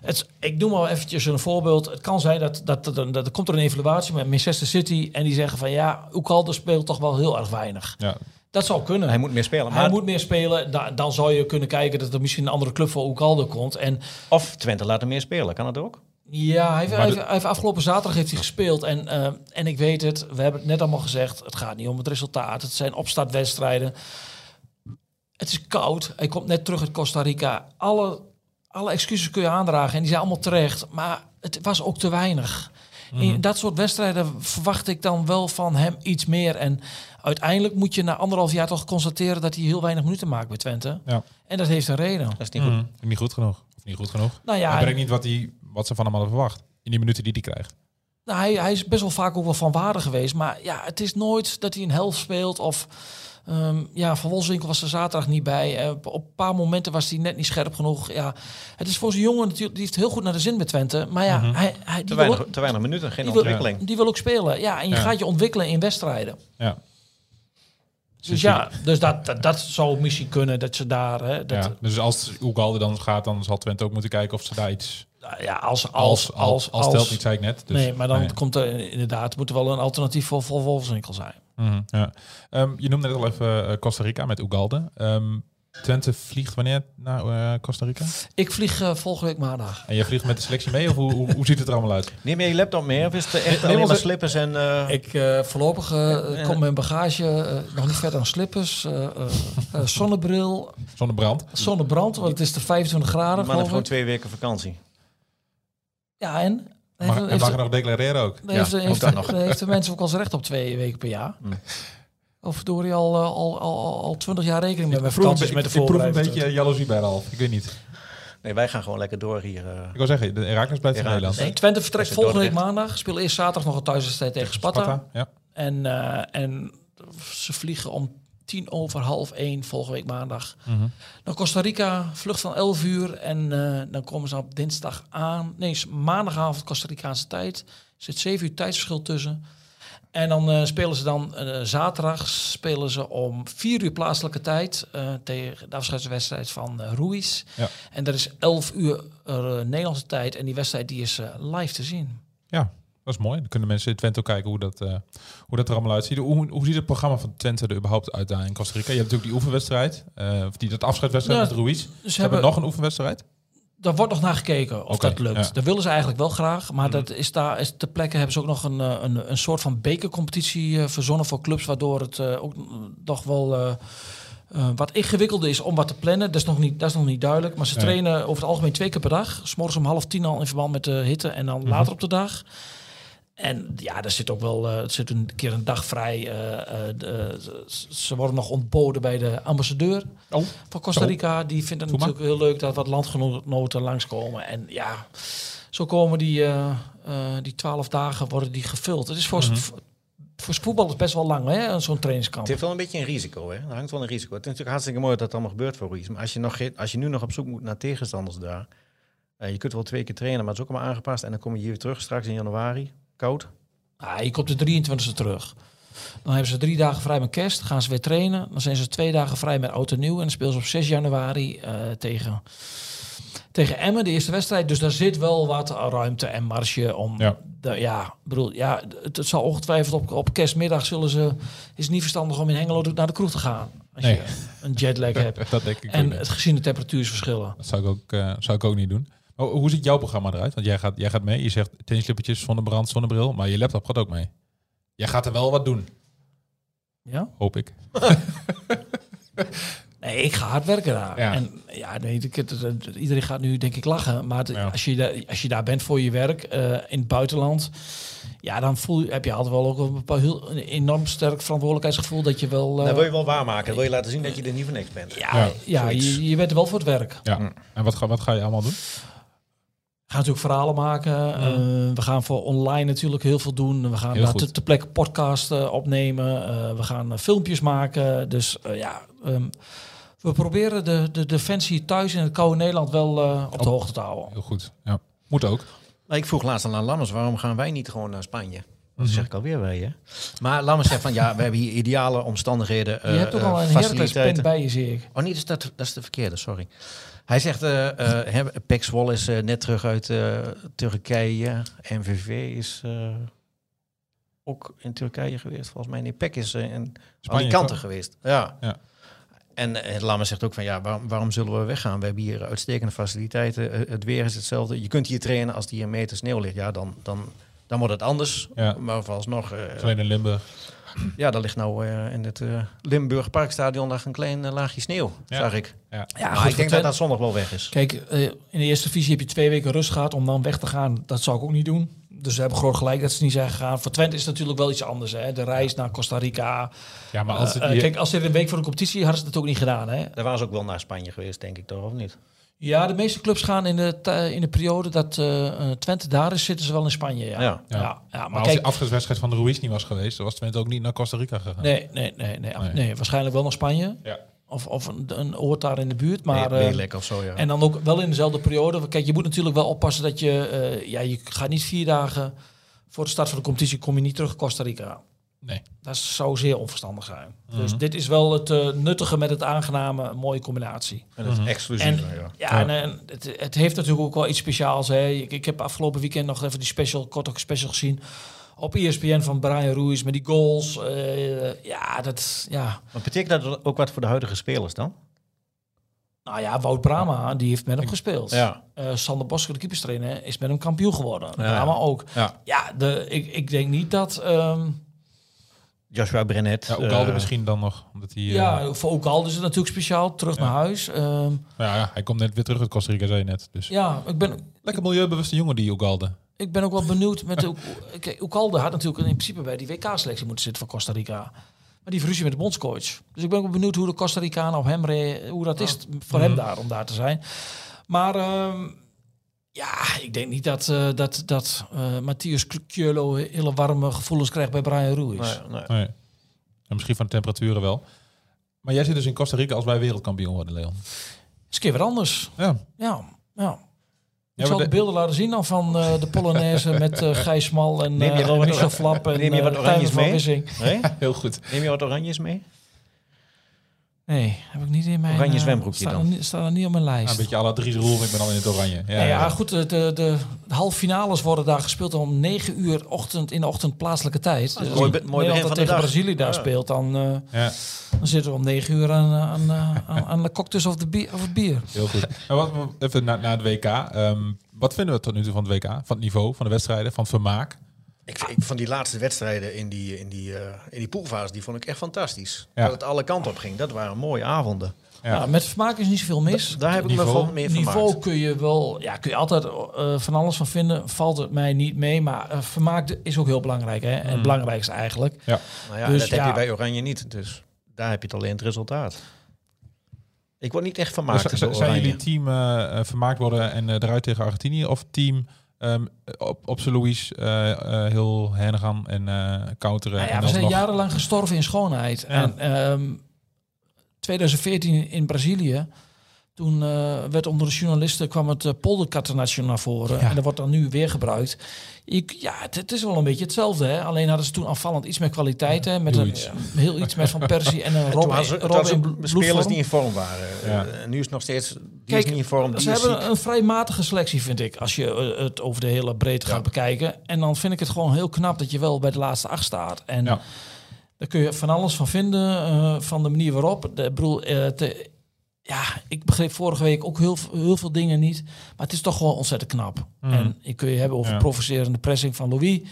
Speaker 6: Het, ik noem maar eventjes een voorbeeld. Het kan zijn dat, dat, dat, dat- er komt er een evaluatie met Manchester City... en die zeggen van ja, Oekalde speelt toch wel heel erg weinig.
Speaker 4: Ja,
Speaker 6: Dat zou kunnen.
Speaker 5: Hij moet meer spelen.
Speaker 6: Hij
Speaker 5: Maar,
Speaker 6: moet meer spelen. Da- dan zou je kunnen kijken dat er misschien een andere club voor Oekalde komt. En
Speaker 5: Of Twente laat hem meer spelen, kan dat ook?
Speaker 6: ja, hij heeft,
Speaker 4: Maar
Speaker 6: hij
Speaker 4: de-
Speaker 6: heeft- hij heeft afgelopen zaterdag heeft hij gespeeld. En, eh, en ik weet het, we hebben het net allemaal gezegd. Het gaat niet om het resultaat. Het zijn opstartwedstrijden. Het is koud. Hij komt net terug uit Costa Rica. Alle, alle excuses kun je aandragen. En die zijn allemaal terecht. Maar het was ook te weinig.
Speaker 4: Mhm.
Speaker 6: In dat soort wedstrijden verwacht ik dan wel van hem iets meer. En uiteindelijk moet je na anderhalf jaar toch constateren dat hij heel weinig minuten maakt bij Twente.
Speaker 4: Ja.
Speaker 6: En dat heeft een reden.
Speaker 5: Dat is niet
Speaker 6: Hmm.
Speaker 5: goed.
Speaker 4: Mm, niet goed genoeg. Of niet goed genoeg.
Speaker 6: Nou ja,
Speaker 4: hij brengt niet wat, die, wat ze van hem hadden verwacht. In die minuten die hij krijgt.
Speaker 6: Nou, hij, hij is best wel vaak ook wel van waarde geweest. Maar ja, het is nooit dat hij een helft speelt. Of ehm, ja, Van Wolfswinkel was er zaterdag niet bij. Eh, op- op een paar momenten was hij net niet scherp genoeg. Ja, het is voor zijn jongen natuurlijk, die heeft heel goed naar de zin met Twente. Maar ja, hij, hij,
Speaker 5: Te
Speaker 6: die, wil,
Speaker 5: weinig, te weinig minuten, geen
Speaker 6: die wil-
Speaker 5: ontwikkeling.
Speaker 6: die wil ook spelen. Ja, en je
Speaker 4: Ja.
Speaker 6: gaat je ontwikkelen in wedstrijden.
Speaker 4: Ja.
Speaker 6: Dus ja, dus dat, dat, dat zou misschien kunnen dat ze daar. Hè, dat,
Speaker 4: ja. Dus als Oegalde dan gaat, dan zal Twente ook moeten kijken of ze daar iets...
Speaker 6: nou ja, als,
Speaker 4: Als,
Speaker 6: als, als, als,
Speaker 4: telt niet, zei ik net. Dus,
Speaker 6: nee, maar dan
Speaker 4: nee.
Speaker 6: komt er inderdaad, moet er wel een alternatief voor, voor Wolfswinkel zijn.
Speaker 4: Mhm, ja. Ehm, je noemde net al even eh, Costa Rica met Ugalde. Ehm, Twente vliegt wanneer naar eh, Costa Rica?
Speaker 6: Ik vlieg eh, volgende week maandag.
Speaker 4: En je vliegt met de selectie mee? Of hoe, hoe, hoe ziet het er allemaal uit?
Speaker 5: Neem je je laptop mee of is het echt alleen
Speaker 6: ons-
Speaker 5: maar slippers en... eh,
Speaker 6: Ik eh, voorlopig eh, komt mijn bagage eh, nog niet verder dan slippers, eh, eh, eh, zonnebril,
Speaker 4: Zonder brand?
Speaker 6: zonnebrand, want het is de 25
Speaker 5: die
Speaker 6: graden
Speaker 5: man heeft
Speaker 6: geloof
Speaker 5: gewoon
Speaker 6: ik.
Speaker 5: twee weken vakantie.
Speaker 6: Ja, en?
Speaker 4: Mag,
Speaker 6: Heeft,
Speaker 4: en
Speaker 6: heeft-
Speaker 4: mag je nog declareren ook?
Speaker 6: daar heeft,
Speaker 5: Ja,
Speaker 6: heeft-
Speaker 5: ook dat nog.
Speaker 6: daar heeft de mensen ook al zijn recht op twee weken per jaar? Of door hij al, eh, al, al, al 20 jaar rekening met mijn vakanties met de
Speaker 4: ik proef een
Speaker 6: voorbereiding.
Speaker 4: beetje jaloezie bij Ralf. Ik weet niet.
Speaker 5: Nee, wij gaan gewoon lekker door hier. eh.
Speaker 4: Ik wil zeggen, de Herakles blijft in
Speaker 5: Heracles.
Speaker 4: Nederland.
Speaker 6: Nee, Twente vertrekt
Speaker 5: Is het
Speaker 6: volgende week
Speaker 5: Dordrecht?
Speaker 6: maandag. Speel eerst zaterdag nog een thuiswedstrijd tegen Sparta.
Speaker 4: Sparta, Ja.
Speaker 6: En, eh, en ze vliegen om tien over half één volgende week maandag.
Speaker 4: Mhm.
Speaker 6: Naar Costa Rica, vlucht van 11 uur. En eh, dan komen ze op dinsdag aan. Nee, is maandagavond Costa Ricaanse tijd. Er zit zeven uur tijdsverschil tussen. En dan eh, spelen ze dan eh, zaterdag spelen ze om vier uur plaatselijke tijd eh, tegen de afscheidswedstrijd van eh, Ruiz.
Speaker 4: Ja.
Speaker 6: En dat is 11 uur eh, Nederlandse tijd. En die wedstrijd die is eh, live te zien.
Speaker 4: ja, dat is mooi. Dan kunnen mensen in Twente ook kijken hoe dat, eh, hoe dat er allemaal uitziet. Hoe, hoe ziet het programma van Twente er überhaupt uit daar in Costa Rica? Je hebt natuurlijk die oefenwedstrijd. eh, of die, dat afscheidswedstrijd
Speaker 6: Ja,
Speaker 4: met Ruiz. Ze hebben,
Speaker 6: Nou, Dus hebben-
Speaker 4: nog een oefenwedstrijd.
Speaker 6: Daar wordt nog naar gekeken of
Speaker 4: Oké,
Speaker 6: dat lukt.
Speaker 4: ja. Mm.
Speaker 6: Dat willen ze eigenlijk wel graag. Maar dat is daar is ter plekke hebben ze ook nog een, eh, een, een soort van bekercompetitie eh, verzonnen voor clubs. Waardoor het eh, ook nog wel eh, eh, wat ingewikkelder is om wat te plannen. Dat is nog niet, dat is nog niet duidelijk. Maar ze
Speaker 4: Nee.
Speaker 6: trainen over het algemeen twee keer per dag. S morgens om half tien al in verband met de hitte en
Speaker 4: Mhm.
Speaker 6: dan later op de dag. En ja, er zit ook wel eh, er zit een keer een dag vrij. eh, eh, de- ze- ze worden nog ontboden bij de ambassadeur
Speaker 4: Oh.
Speaker 6: van Costa
Speaker 4: Zo.
Speaker 6: Rica. Die vinden het
Speaker 4: Doe maar.
Speaker 6: natuurlijk heel leuk dat wat landgenoten langskomen. En ja, zo komen die, eh, eh, die twaalf dagen worden die gevuld. Het is voor,
Speaker 4: Mhm.
Speaker 6: voor- voor voetballers best wel lang, hè, zo'n trainingskamp.
Speaker 5: Het heeft wel een beetje een risico, hè? Er hangt wel een risico. Het is natuurlijk hartstikke mooi dat dat allemaal gebeurt voor Ruiz. Maar als je, nog, geen- als je nu nog op zoek moet naar tegenstanders daar... eh, je kunt wel twee keer trainen, maar het is ook allemaal aangepast. En dan kom je hier weer terug straks in januari. Koud.
Speaker 6: Ah, je komt de 23e terug. Dan hebben ze drie dagen vrij met kerst, gaan ze weer trainen. Dan zijn ze twee dagen vrij met oud en nieuw. En dan spelen ze op 6 januari eh, tegen, tegen Emmen, de eerste wedstrijd. Dus daar zit wel wat ruimte en marge om...
Speaker 4: Ja.
Speaker 6: de- ja, ik bedoel, ja het, het zal ongetwijfeld op, op kerstmiddag zullen ze... Is het niet verstandig om in Hengelo naar de kroeg te gaan. Als
Speaker 4: Nee.
Speaker 6: je een jetlag hebt.
Speaker 4: Dat denk ik
Speaker 6: En
Speaker 4: ook niet.
Speaker 6: het gezien de temperatuurverschillen.
Speaker 4: Dat zou ik ook, eh, zou ik ook niet doen. Maar hoe ziet jouw programma eruit? Want jij gaat, jij gaat mee. Je zegt tennislippertjes, zonnebrand, zonnebril. Maar je laptop gaat ook mee. Jij gaat er wel wat doen,
Speaker 6: Ja?
Speaker 4: hoop ik.
Speaker 6: Nee, ik ga hard werken daar.
Speaker 4: Ja.
Speaker 6: En ja, nee, ik- het- het- het- iedereen gaat nu denk ik lachen. Maar het-
Speaker 4: Ja.
Speaker 6: als, je daar, als je daar bent voor je werk eh, in het buitenland, ja, dan voel, je- heb je altijd wel ook een, bepaal- heel, een enorm sterk verantwoordelijkheidsgevoel dat je wel. eh,
Speaker 5: dat Nou, wil je wel waarmaken. Dat wil je laten zien dat je er niet van niks bent.
Speaker 6: ja,
Speaker 4: Ja,
Speaker 6: ja, je, je bent er wel voor het werk.
Speaker 4: Ja. En wat ga, wat ga je allemaal doen?
Speaker 6: We gaan natuurlijk verhalen maken. Eh, we gaan voor online natuurlijk heel veel doen. We gaan
Speaker 4: Heel
Speaker 6: daar
Speaker 4: goed.
Speaker 6: te, te plekke podcasts eh, opnemen. Eh, we gaan eh, filmpjes maken. Dus eh, ja, ehm, we proberen de, de, de fans hier thuis in het koude Nederland wel eh, op de hoogte te houden.
Speaker 4: Heel goed. Ja. Moet ook.
Speaker 5: Maar ik vroeg laatst al aan Lammers, waarom gaan wij niet gewoon naar Spanje? Dat
Speaker 6: Mhm.
Speaker 5: zeg ik alweer bij je. Maar laat maar zeggen van ja, we hebben hier ideale omstandigheden.
Speaker 4: eh,
Speaker 5: eh,
Speaker 6: Je hebt ook al een Heracles pen bij je, zie ik.
Speaker 5: Oh nee, dus dat, dat is de verkeerde, sorry. Hij zegt, eh eh, hè, Pek Zwolle is eh, net terug uit eh, Turkije. MVV is eh, ook in Turkije geweest, volgens mij. Nee, Pek is eh, in
Speaker 4: Spanje,
Speaker 5: Alicante
Speaker 4: toch?
Speaker 5: geweest. Ja.
Speaker 4: Ja.
Speaker 5: En eh, Lama zegt ook van, ja, waarom, waarom zullen we weggaan? We hebben hier uitstekende faciliteiten. Eh, Het weer is hetzelfde. Je kunt hier trainen als die hier een meter sneeuw ligt. Ja, dan, dan, dan wordt het anders.
Speaker 4: Ja.
Speaker 5: Maar vooralsnog... eh,
Speaker 4: Alleen in Limburg.
Speaker 5: ja, daar ligt nou eh, in het eh, Limburg Parkstadion lag een klein eh, laagje sneeuw,
Speaker 4: Ja.
Speaker 5: zag ik.
Speaker 4: Ja.
Speaker 5: maar
Speaker 6: goed,
Speaker 5: ik denk
Speaker 6: Twente-
Speaker 5: dat dat zondag wel weg is.
Speaker 6: Kijk, eh, in de eerste divisie heb je twee weken rust gehad om dan weg te gaan. Dat zou ik ook niet doen. Dus we hebben groot gelijk dat ze niet zijn gegaan. Voor Twente is het natuurlijk wel iets anders. Hè? De reis naar Costa Rica.
Speaker 4: Ja, maar als het,
Speaker 6: Eh, eh,
Speaker 4: je-
Speaker 6: kijk, als dit een week voor de competitie hadden ze dat ook niet gedaan. Hè?
Speaker 5: Daar waren ze ook wel naar Spanje geweest, denk ik toch, of niet?
Speaker 6: Ja, de meeste clubs gaan in de, ti- in de periode dat eh, eh, Twente daar is, zitten ze wel in Spanje. Ja,
Speaker 5: Ja.
Speaker 4: Ja. maar
Speaker 6: maar,
Speaker 4: als
Speaker 6: kijk,
Speaker 4: die afscheidswedstrijd van de Ruiz niet was geweest, dan was Twente ook niet naar Costa Rica gegaan.
Speaker 6: nee, nee, nee, nee,
Speaker 4: Nee.
Speaker 6: nee, waarschijnlijk wel naar Spanje.
Speaker 4: Ja.
Speaker 6: Of, of een, een oord daar in de buurt. Maar,
Speaker 5: nee,
Speaker 6: eh,
Speaker 5: lekker of zo, ja.
Speaker 6: En dan ook wel in dezelfde periode. Want Kijk, je moet natuurlijk wel oppassen dat je... eh, ja, je gaat niet vier dagen voor de start van de competitie... kom je niet terug Costa Rica.
Speaker 4: Nee.
Speaker 6: Dat zou zeer onverstandig zijn.
Speaker 4: Mhm.
Speaker 6: Dus dit is wel het eh, nuttige met het aangename. Een mooie combinatie.
Speaker 5: en dat is exclusief,
Speaker 6: En,
Speaker 5: ja.
Speaker 6: ja, en, en het, het heeft natuurlijk ook wel iets speciaals. Hè. Ik, ik heb afgelopen weekend nog even die special, korte special gezien... Op E ESPN van Brian Ruiz met die goals. Eh, ja, dat... Ja.
Speaker 5: Maar betekent dat ook wat voor de huidige spelers dan?
Speaker 6: Nou ja, Wout Brama, die heeft met hem gespeeld.
Speaker 5: Ja.
Speaker 6: Eh, Sander Bosker, de keeperstrainer, is met hem kampioen geworden.
Speaker 5: Ja.
Speaker 6: Brama ook.
Speaker 5: Ja.
Speaker 6: Ja, de, ik, ik denk niet dat... ehm,
Speaker 5: Joshua Brenet.
Speaker 4: Ja, ook
Speaker 5: eh,
Speaker 4: al misschien dan nog. Omdat hij,
Speaker 6: ja.
Speaker 4: eh,
Speaker 6: voor ook al is het natuurlijk speciaal. Terug naar huis. Ehm,
Speaker 4: nou ja, hij komt net weer terug uit Costa Rica, zei je net. Dus.
Speaker 6: ja, ik ben,
Speaker 4: Lekker milieubewuste jongen, die Ugalde.
Speaker 6: ik ben ook wel benieuwd met... de- Kijk, Oekalde had natuurlijk in principe bij die WK-selectie moeten zitten van Costa Rica. Maar die heeft ruzie met de bondscoach. Dus ik ben ook benieuwd hoe de Costa Ricanen op hem... re- Hoe dat is voor
Speaker 5: Mhm.
Speaker 6: hem daar, om daar te zijn. Maar ehm, ja, ik denk niet dat, eh, dat, dat eh Matthias Kjölo hele warme gevoelens krijgt bij Brian Ruiz.
Speaker 5: nee, nee.
Speaker 4: Nee. En misschien van de temperaturen wel. Maar jij zit dus in Costa Rica als wij wereldkampioen worden, Leon.
Speaker 6: is een keer weer anders.
Speaker 4: Ja.
Speaker 6: Ja, ja. Ik
Speaker 4: Ja,
Speaker 6: zal
Speaker 4: maar
Speaker 6: de,
Speaker 4: de-
Speaker 6: beelden laten zien dan van eh, de Polonaise met eh Gijs Mal en
Speaker 5: Neem je
Speaker 6: eh,
Speaker 5: wel wat
Speaker 6: Michel
Speaker 5: ora-
Speaker 6: Flap en
Speaker 5: neem je
Speaker 6: eh,
Speaker 5: wat
Speaker 6: Tijmen
Speaker 5: oranjes
Speaker 6: van
Speaker 5: mee?
Speaker 6: Wissing.
Speaker 5: Nee?
Speaker 4: Heel goed.
Speaker 5: Neem je wat oranjes mee?
Speaker 6: Nee, heb ik niet in mijn...
Speaker 5: Oranje
Speaker 6: eh,
Speaker 5: zwembroekje
Speaker 6: staat
Speaker 5: dan.
Speaker 6: nog niet- Staat er niet op mijn
Speaker 4: Ja, een
Speaker 6: lijst.
Speaker 4: beetje alle drie roer, ik ben al in het oranje. Ja,
Speaker 6: Ja, ja, goed, de, de, de halffinales worden daar gespeeld om 9 uur ochtend, in de ochtend plaatselijke tijd. Dus als
Speaker 5: mooi be- mooi
Speaker 6: Nederland
Speaker 5: begin
Speaker 6: dat
Speaker 5: van de
Speaker 6: tegen
Speaker 5: dag.
Speaker 6: Brazilië daar
Speaker 5: Ja.
Speaker 6: speelt, dan, eh,
Speaker 4: Ja,
Speaker 6: dan zitten we om 9 uur aan, eh, aan, eh, aan, aan de cocktails of, de bier, of het bier.
Speaker 4: heel goed. En wat, even naar na het WK. Ehm, wat vinden we tot nu toe van het WK? Van het niveau, van de wedstrijden, van het vermaak?
Speaker 5: Ik, ik- van die laatste wedstrijden in die, in die, eh, in die poolfase, die vond ik echt fantastisch.
Speaker 4: Ja.
Speaker 5: Dat het alle kanten op ging. Dat waren mooie avonden.
Speaker 4: Ja.
Speaker 6: Nou, met vermaak is niet zoveel mis.
Speaker 5: Daar heb ik me
Speaker 4: Niveau-
Speaker 5: van meer van
Speaker 6: Niveau kun je wel, ja, kun je altijd eh, van alles van vinden. Valt het mij niet mee, maar eh, vermaak is ook heel belangrijk, hè?
Speaker 5: Hmm.
Speaker 6: En het belangrijkste eigenlijk.
Speaker 4: Ja.
Speaker 5: Nou ja,
Speaker 6: Dus
Speaker 5: dat
Speaker 6: ja.
Speaker 5: heb je bij Oranje niet. Dus daar heb je het alleen het resultaat. Ik word niet echt
Speaker 4: Dus
Speaker 5: vermaakt
Speaker 4: z- zijn
Speaker 5: door Oranje.
Speaker 4: jullie team eh, eh, vermaakt worden en eh, eruit tegen Argentinië? Of team ehm, op, op zijn Louis eh, eh, heel hen gaan en eh, counteren?
Speaker 6: Nou ja,
Speaker 4: en
Speaker 6: we zijn
Speaker 4: alsnog-
Speaker 6: jarenlang gestorven in schoonheid. En ehm, 2014 in Brazilië, toen eh, werd onder de journalisten kwam het uh, polderkattennational naar voren. En dat wordt dan nu weer gebruikt. Ik, ja, het, het is wel een beetje hetzelfde. Hè? Alleen hadden ze toen aanvallend iets meer kwaliteit. Hè? Met
Speaker 4: heel
Speaker 6: een,
Speaker 4: iets.
Speaker 6: eh, heel iets met Van Persie en een
Speaker 5: Toen
Speaker 6: Rob,
Speaker 5: hadden ze- toen
Speaker 6: Rob
Speaker 5: hadden ze
Speaker 6: in
Speaker 5: ook spelers
Speaker 6: bloedvorm.
Speaker 5: die in vorm waren.
Speaker 4: Ja.
Speaker 5: Eh, en nu is het nog steeds... Die
Speaker 6: Kijk,
Speaker 5: is niet in vorm, die
Speaker 6: Ze
Speaker 5: is
Speaker 6: hebben
Speaker 5: ziek.
Speaker 6: een vrij matige selectie, vind ik. Als je eh, het over de hele breedte gaat bekijken. En dan vind ik het gewoon heel knap dat je wel bij de laatste acht staat. En
Speaker 4: Ja.
Speaker 6: daar kun je van alles van vinden. eh, van de manier waarop. De, ik bedoel, eh, te- ja, ik begreep vorige week ook heel, v- heel veel dingen niet. Maar het is toch gewoon ontzettend knap. En je kun je hebben over
Speaker 4: Ja.
Speaker 6: provocerende pressing van Louis. Dat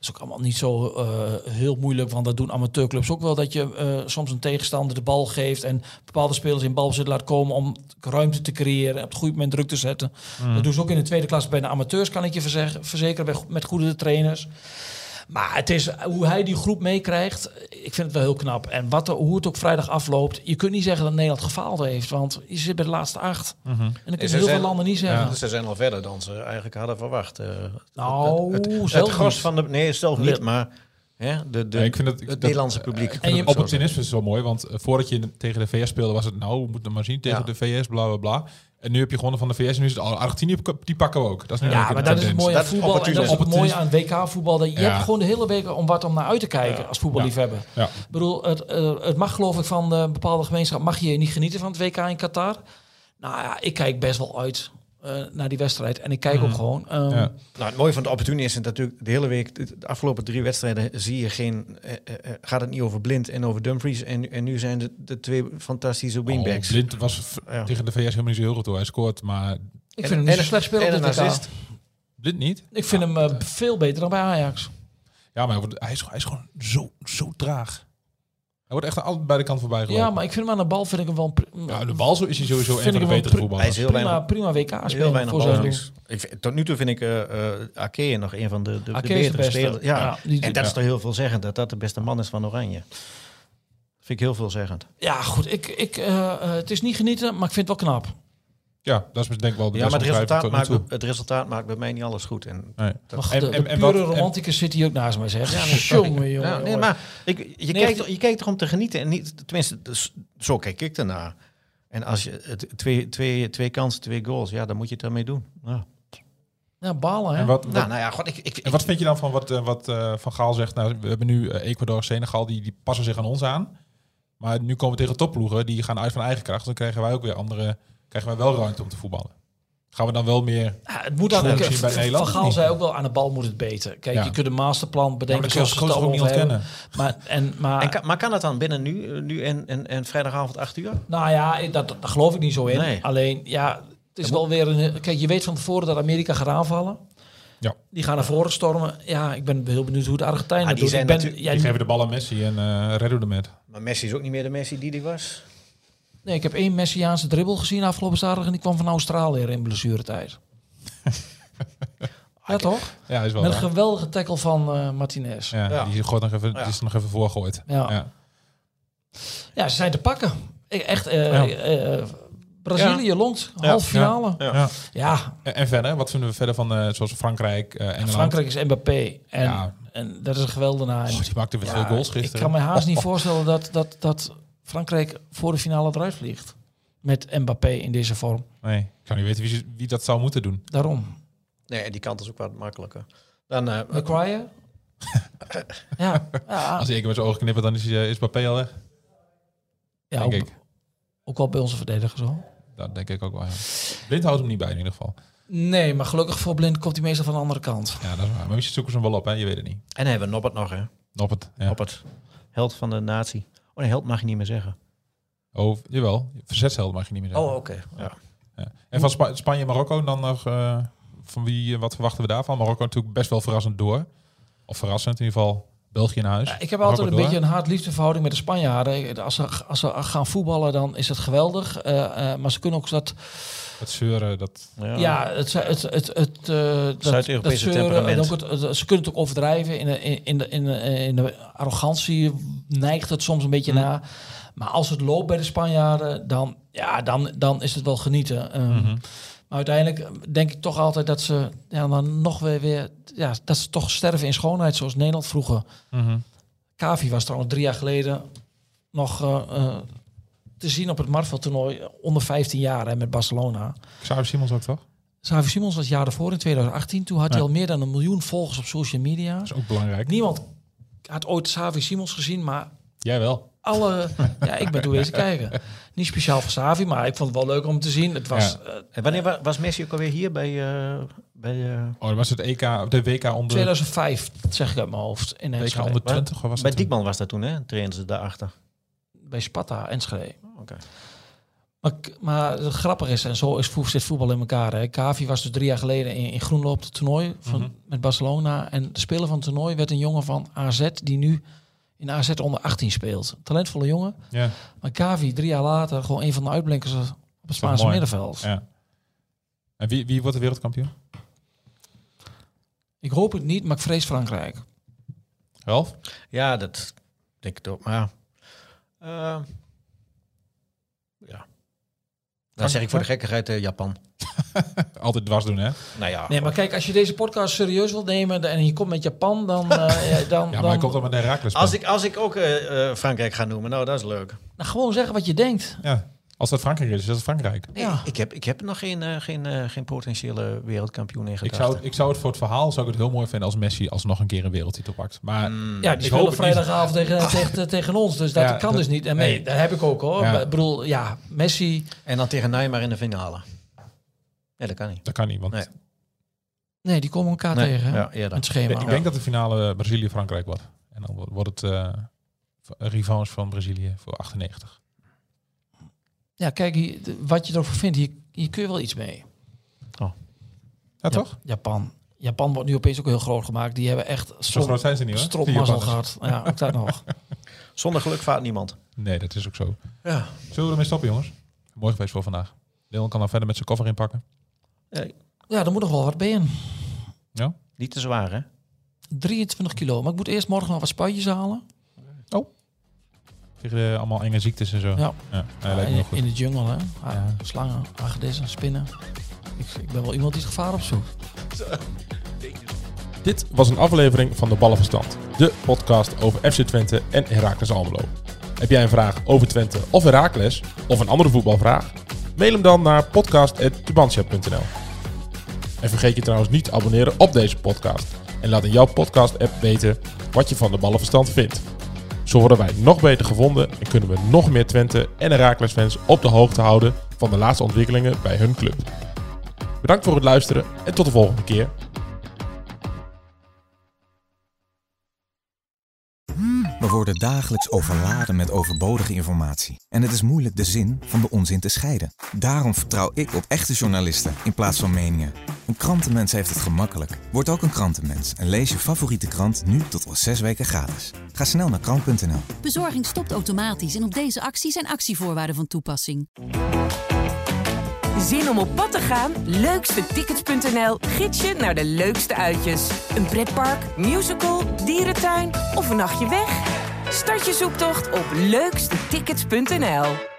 Speaker 6: is ook allemaal niet zo eh, heel moeilijk, want dat doen amateurclubs ook wel. Dat je eh, soms een tegenstander de bal geeft en bepaalde spelers in balbezit laat komen om ruimte te creëren, op het goede moment druk te zetten. Dat doen ze ook in de tweede klasse bij de amateurs, kan ik je verzeg- verzekeren, bij go- met goede trainers. Maar het is hoe hij die groep meekrijgt, ik vind het wel heel knap. En wat, er- hoe het ook vrijdag afloopt, je kunt niet zeggen dat Nederland gefaald heeft, want je zit bij de laatste acht. En dan kun
Speaker 5: ze
Speaker 6: je
Speaker 5: Mhm.
Speaker 6: heel
Speaker 5: zijn-
Speaker 6: veel landen niet zeggen.
Speaker 5: Ja, Ze zijn al verder dan ze eigenlijk hadden verwacht. Eh,
Speaker 6: Nou,
Speaker 5: het, het, het,
Speaker 6: zelf
Speaker 5: gros
Speaker 6: niet.
Speaker 5: van de... Nee, zelf niet, maar hè, de, de,
Speaker 4: Ja, ik vind dat- ik-
Speaker 5: het
Speaker 4: dat-
Speaker 5: Nederlandse publiek.
Speaker 6: en je-
Speaker 5: Zo
Speaker 4: eh, Opportunisme is wel mooi, want eh, voordat je tegen de VS speelde was het nou, we moeten maar zien tegen
Speaker 5: Ja.
Speaker 4: de VS, bla bla bla. En nu heb je gewonnen van de VS. En nu is het oh, Argentinië, die pakken we ook. Dat is nu
Speaker 6: Ja,
Speaker 4: ook
Speaker 6: maar
Speaker 4: een
Speaker 6: dat is het
Speaker 4: tendens.
Speaker 6: mooie aan
Speaker 5: Dat is
Speaker 6: voetbal. En dat is het mooie
Speaker 4: opportunisme.
Speaker 6: aan WK-voetbal. dat Je
Speaker 4: Ja.
Speaker 6: hebt gewoon de hele week om wat om naar uit te kijken als voetballiefhebber.
Speaker 4: Ja.
Speaker 6: Ik bedoel, het, eh, het mag geloof ik van eh, een bepaalde gemeenschap... mag je niet genieten van het WK in Qatar. Nou ja, ik kijk best wel uit eh, naar die wedstrijd. En ik kijk
Speaker 5: Mhm.
Speaker 6: ook gewoon. ehm,
Speaker 4: Ja.
Speaker 5: Nou, het mooie van de opportunie is natuurlijk de hele week, de de afgelopen drie wedstrijden, zie je geen, eh, eh, eh, gaat het niet over Blind en over Dumfries. En, en nu zijn de, de twee fantastische wingbacks.
Speaker 4: Oh, Blind was v-
Speaker 5: Ja.
Speaker 4: tegen de VS helemaal niet zo heel goed hoor. Hij scoort, maar
Speaker 6: Ik
Speaker 5: En-
Speaker 6: vind hem niet
Speaker 5: en
Speaker 6: zo
Speaker 5: een-
Speaker 6: slecht spelen
Speaker 5: en
Speaker 6: op
Speaker 5: een
Speaker 6: dit WK.
Speaker 5: assist.
Speaker 4: Blind niet.
Speaker 6: Ik vind hem eh, veel beter dan bij Ajax.
Speaker 4: Ja, maar hij, wordt, hij, is, hij is gewoon zo, zo traag. Hij wordt echt aan alle- bij de kant voorbij gelopen.
Speaker 6: Ja, maar ik vind hem aan de bal vind ik hem wel... een pri-
Speaker 4: Ja, de bal zo is hij sowieso een
Speaker 6: Vind
Speaker 4: van de
Speaker 6: ik hem
Speaker 4: betere
Speaker 6: wel
Speaker 5: Hij is
Speaker 4: voetballers.
Speaker 5: heel
Speaker 6: prima,
Speaker 5: weinig,
Speaker 6: prima WK
Speaker 5: heel
Speaker 6: spelen
Speaker 5: weinig
Speaker 6: voor zijn doen.
Speaker 5: balverlies. Ik vind- Tot nu toe vind ik eh eh, Ake nog een van de, de, de
Speaker 6: Ake is de
Speaker 5: betere
Speaker 6: beste.
Speaker 5: spelers. Ja.
Speaker 6: Ja, die-
Speaker 5: en dat
Speaker 4: ja.
Speaker 5: is toch heel veelzeggend, dat dat de beste man is van Oranje. Vind ik heel veelzeggend.
Speaker 6: Ja, goed. Ik, ik, eh, eh, het is niet genieten, maar ik vind het wel knap.
Speaker 4: Ja, dat is denk ik wel de
Speaker 5: Ja, maar
Speaker 4: beste
Speaker 5: het
Speaker 4: omschrijving
Speaker 5: resultaat,
Speaker 4: tot nu
Speaker 5: maakt,
Speaker 4: toe.
Speaker 5: het resultaat maakt bij mij niet alles goed. En
Speaker 4: Nee.
Speaker 6: Maar goed, de,
Speaker 4: en-
Speaker 6: de
Speaker 4: en
Speaker 6: pure
Speaker 4: wat- en-
Speaker 6: romanticus zit hier ook naast mij, zeg. Ja, jongen, jongen,
Speaker 5: Ja, nee,
Speaker 6: jongen.
Speaker 5: maar ik, je,
Speaker 6: Nee,
Speaker 5: kijkt,
Speaker 6: het-
Speaker 5: toch- je kijkt toch om te genieten. En niet, tenminste, dus, zo kijk ik ernaar. En als je het, twee, twee, twee kansen, twee goals, ja, dan moet je het daarmee doen. Ja.
Speaker 6: Ja, balen, hè.
Speaker 4: En wat, wat-
Speaker 5: Nou, nou ja, god, ik, ik,
Speaker 4: en wat vind je dan van wat, eh, wat eh, Van Gaal zegt? Nou, we hebben nu eh, Ecuador, Senegal, die, die passen zich aan ons aan. Maar nu komen we tegen topploegen, die gaan uit van eigen kracht. Dan krijgen wij ook weer andere, krijgen wij wel ruimte om te voetballen. Gaan we dan wel meer...
Speaker 6: Ja, het moet dan
Speaker 4: Zo
Speaker 6: ook...
Speaker 4: zie je bij Nederland
Speaker 6: Van Gaal
Speaker 4: niet.
Speaker 6: zei ook wel, aan de bal moet het beter. Kijk,
Speaker 4: Ja.
Speaker 6: je kunt een masterplan
Speaker 4: Ja, maar
Speaker 6: bedenken
Speaker 4: dat kun je
Speaker 6: zoals
Speaker 4: als
Speaker 6: ze het
Speaker 4: coach ook niet
Speaker 6: allemaal over
Speaker 4: ontkennen.
Speaker 6: hebben. Maar, en, maar,
Speaker 5: En kan, maar kan dat dan binnen nu, eh, nu en, en, en vrijdagavond 8 uur?
Speaker 6: nou ja, ik- dat, daar geloof ik niet zo in.
Speaker 5: Nee.
Speaker 6: Alleen, ja, het is wel weer een... Kijk, je weet van tevoren dat Amerika gaat aanvallen.
Speaker 4: Ja.
Speaker 6: Die gaan naar voren stormen. Ja, ik ben heel benieuwd hoe de Argentijnen
Speaker 5: Ah,
Speaker 6: het
Speaker 5: die
Speaker 6: doen.
Speaker 5: zijn
Speaker 6: ik ben,
Speaker 5: natuurlijk-
Speaker 6: ja,
Speaker 4: Die geven de bal aan Messi en eh redden we met.
Speaker 5: Maar Messi is ook niet meer de Messi die die was.
Speaker 6: Nee, ik heb één Messiaanse dribbel gezien afgelopen zaterdag... en die kwam van Australië in blessuretijd. ja, toch?
Speaker 4: Ja, is wel
Speaker 6: Met een
Speaker 4: waar.
Speaker 6: geweldige tackle van eh, Martinez. Ja.
Speaker 4: Ja,
Speaker 5: Ja.
Speaker 4: Die, gooit nog even, die is er nog even voorgegooid.
Speaker 6: Ja.
Speaker 4: Ja.
Speaker 6: ze zijn te pakken. Ik- Echt, eh,
Speaker 4: Ja.
Speaker 6: eh, eh, Brazilië longt,
Speaker 5: Ja.
Speaker 6: halve finale. Ja,
Speaker 5: Ja.
Speaker 4: Ja.
Speaker 6: Ja,
Speaker 4: En, en verder, wat vinden we verder van eh, zoals Frankrijk, eh Engeland?
Speaker 6: Frankrijk is Mbappé. En,
Speaker 4: Ja.
Speaker 6: en dat is een geweldenaar.
Speaker 4: Oh, die maakte weer
Speaker 6: Ja,
Speaker 4: veel goals gisteren. Oh.
Speaker 6: Ik kan me haast niet voorstellen dat, dat, dat Frankrijk voor de finale eruit vliegt. Met Mbappé in deze vorm.
Speaker 4: Nee, ik zou niet weten wie, ze- wie dat zou moeten doen.
Speaker 6: Daarom.
Speaker 5: Nee, en die kant is ook wat makkelijker. Dan, eh,
Speaker 6: McCryer? ja, ja,
Speaker 4: Als ik met zijn ogen knippen, dan is, hij, eh, is Mbappé al weg.
Speaker 6: ja
Speaker 4: denk
Speaker 6: ook,
Speaker 4: ik.
Speaker 6: ook wel bij onze verdedigers hoor.
Speaker 4: Dat denk ik ook wel. ja. Blind houdt hem niet bij in ieder geval.
Speaker 6: Nee, maar gelukkig voor blind komt hij meestal van de andere kant.
Speaker 4: Ja, dat is waar. Maar misschien zoeken ze hem wel op, hè? Je weet het niet.
Speaker 5: en hebben we Noppert nog, hè?
Speaker 4: Op het. Ja.
Speaker 5: Noppert, held van de natie. Oh nee, held mag je niet meer zeggen.
Speaker 4: Oh, jawel. Verzetsheld mag je niet meer zeggen.
Speaker 6: Oh,
Speaker 5: Ja.
Speaker 4: Ja. En van Spa- Spanje en Marokko dan nog... eh, van wie, eh, wat verwachten we daarvan? Marokko natuurlijk best wel verrassend door. Of verrassend in ieder geval. België naar huis.
Speaker 6: Ja, ik heb
Speaker 4: Marokko
Speaker 6: altijd een
Speaker 4: door.
Speaker 6: beetje een haat-liefdeverhouding met de Spanjaarden. Als ze, als ze gaan voetballen, dan is het geweldig. Eh, eh, maar ze kunnen ook dat...
Speaker 4: Het zeuren, dat...
Speaker 5: Ja.
Speaker 6: Ja, het, het, het, het, eh, dat- dat
Speaker 5: Zuid-Europese
Speaker 6: zeuren en
Speaker 5: temperament.
Speaker 6: ook het- het- ze kunnen het ook overdrijven. In de, in, in de, in de, in de arrogantie neigt het soms een beetje
Speaker 5: Mm.
Speaker 6: na. Maar als het loopt bij de Spanjaarden, dan, ja, dan, dan is het wel genieten. Ehm,
Speaker 5: Mhm.
Speaker 6: Maar uiteindelijk denk ik toch altijd dat ze ja, dan nog weer, weer ja, dat ze toch sterven in schoonheid, zoals Nederland vroeger.
Speaker 4: Mhm.
Speaker 6: Kavi was trouwens drie jaar geleden nog eh, eh, te zien op het Marvel toernooi onder 15 jaar hè, met Barcelona.
Speaker 4: Xavier Simons ook, toch?
Speaker 6: Xavi Simons was het jaar daarvoor in 2018. Toen had hij
Speaker 4: Ja.
Speaker 6: al meer dan een miljoen volgers op social media.
Speaker 4: Dat is ook belangrijk.
Speaker 6: Niemand had ooit Xavi Simons gezien, maar
Speaker 4: Jij wel.
Speaker 6: alle... ja, ik ben toen eens kijken. Niet speciaal voor Xavi, maar ik vond het wel leuk om hem te zien. Het was
Speaker 4: Ja.
Speaker 6: eh,
Speaker 5: En wanneer wa- was Messi ook alweer hier bij... eh, bij eh,
Speaker 4: Oh, dat was het EK, de WK onder,
Speaker 6: 2005, dat zeg ik uit mijn hoofd, in
Speaker 4: WK
Speaker 6: Enschede.
Speaker 4: onder 20. Of was
Speaker 5: bij
Speaker 4: dat toen?
Speaker 5: Diekman was dat toen, hè? Trainden ze daarachter.
Speaker 6: Bij Sparta, Enschede.
Speaker 5: Oké.
Speaker 6: Maar, k- maar het grappige is, en zo is, vo- zit voetbal in elkaar. Hè. Kavi was dus drie jaar geleden in, in Groenlo op het toernooi van,
Speaker 4: Mhm.
Speaker 6: met Barcelona. En de speler van het toernooi werd een jongen van AZ die nu in AZ onder 18 speelt. Talentvolle jongen.
Speaker 4: Ja,
Speaker 6: Maar Kavi drie jaar later gewoon een van de uitblinkers op het Spaanse
Speaker 4: mooi.
Speaker 6: middenveld.
Speaker 4: ja. En wie, wie wordt de wereldkampioen?
Speaker 6: Ik hoop het niet, maar ik vrees
Speaker 4: Ah.
Speaker 6: Frankrijk.
Speaker 4: Ralf?
Speaker 5: Ja, dat denk ik ook. Maar eh, ja. Dan zeg ik voor de gekkigheid eh, Japan.
Speaker 4: Altijd dwars doen, hè?
Speaker 5: Nou ja,
Speaker 6: Nee, maar kijk, als je deze podcast serieus wilt nemen en je komt met Japan, dan... eh, ja,
Speaker 4: Ja,
Speaker 6: dan,
Speaker 4: maar
Speaker 6: dan
Speaker 4: hij komt dan met de Herakles.
Speaker 5: als ik, als ik ook eh, eh, Frankrijk ga noemen, nou dat is leuk.
Speaker 6: Nou, gewoon zeggen wat je denkt.
Speaker 4: Ja. Als dat Frankrijk is, is dat Frankrijk.
Speaker 5: Nee,
Speaker 6: Ja.
Speaker 5: ik, heb, ik heb nog geen, eh, geen, eh, geen potentiële wereldkampioen in
Speaker 4: Ik
Speaker 5: gedachten.
Speaker 4: zou, ik zou het voor het verhaal zou ik het heel mooi vinden als Messi alsnog een keer een wereldtitel pakt. Maar
Speaker 6: Ja, die
Speaker 4: Ik hoop
Speaker 6: spelen
Speaker 4: het Mm. Dus niet.
Speaker 6: vrijdagavond tegen, tegen, tegen ons. Dus dat
Speaker 4: Ja,
Speaker 6: kan
Speaker 4: dat-
Speaker 6: dus niet. En nee,
Speaker 4: nee.
Speaker 6: dat heb ik ook hoor.
Speaker 4: Ja.
Speaker 6: Ik bedoel, ja, Messi.
Speaker 5: En dan tegen Neymar in de finale. Nee, dat kan niet.
Speaker 4: dat kan niet. Want
Speaker 5: Nee.
Speaker 6: Nee, die komen elkaar
Speaker 5: Nee,
Speaker 6: tegen. hè?
Speaker 5: ja, eerder.
Speaker 6: Het schema.
Speaker 4: ik denk dat de finale Brazilië-Frankrijk wordt. En dan wo- wordt het eh revanche van Brazilië voor 98.
Speaker 6: Ja, kijk, hier, d- wat je erover vindt, hier, hier kun je wel iets mee.
Speaker 4: Ja, toch?
Speaker 6: Japan. Japan wordt nu opeens ook heel groot gemaakt. Die hebben echt
Speaker 4: Zo
Speaker 6: stro-
Speaker 4: groot zijn ze niet hoor. Die
Speaker 6: stropmazzel
Speaker 4: Japanners.
Speaker 6: gehad. Ja, ook dat nog.
Speaker 5: Zonder geluk vaart niemand.
Speaker 4: Nee, dat is ook zo.
Speaker 5: Ja.
Speaker 4: Zullen we ermee stoppen jongens? Mooi geweest voor vandaag. Leon kan dan verder met zijn koffer inpakken.
Speaker 6: Ja, er moet nog wel wat bij in.
Speaker 5: Niet te zwaar, hè?
Speaker 6: 23 kilo. Maar ik moet eerst morgen nog wat spuitjes halen.
Speaker 4: Tegen de, eh, allemaal enge ziektes en zo.
Speaker 6: Ja.
Speaker 4: ja nee, lijkt me
Speaker 6: in,
Speaker 4: heel goed.
Speaker 6: in de jungle, hè. Ah,
Speaker 4: Ja.
Speaker 6: Slangen, agedissen, spinnen. Ik, ik ben wel iemand die het gevaar opzoekt.
Speaker 4: Dit was een aflevering van de Ballenverstand, de podcast over FC Twente en Heracles Almelo. Heb jij een vraag over Twente of Heracles of een andere voetbalvraag? Mail hem dan naar podcast@tubantia.nl. En vergeet je trouwens niet te abonneren op deze podcast en laat in jouw podcast app weten wat je van de Ballenverstand vindt. Zo worden wij nog beter gevonden en kunnen we nog meer Twente en Heracles fans op de hoogte houden van de laatste ontwikkelingen bij hun club. Bedankt voor het luisteren en tot de volgende keer.
Speaker 7: We worden dagelijks overladen met overbodige informatie. En het is moeilijk de zin van de onzin te scheiden. Daarom vertrouw ik op echte journalisten in plaats van meningen. Een krantenmens heeft het gemakkelijk. Word ook een krantenmens en lees je favoriete krant nu tot al zes weken gratis. Ga snel naar krant.nl.
Speaker 8: Bezorging stopt automatisch en op deze actie zijn actievoorwaarden van toepassing.
Speaker 1: Zin om op pad te gaan? Leukstetickets.nl gids je naar de leukste uitjes. Een pretpark, musical, dierentuin of een nachtje weg? Start je zoektocht op leukstetickets.nl.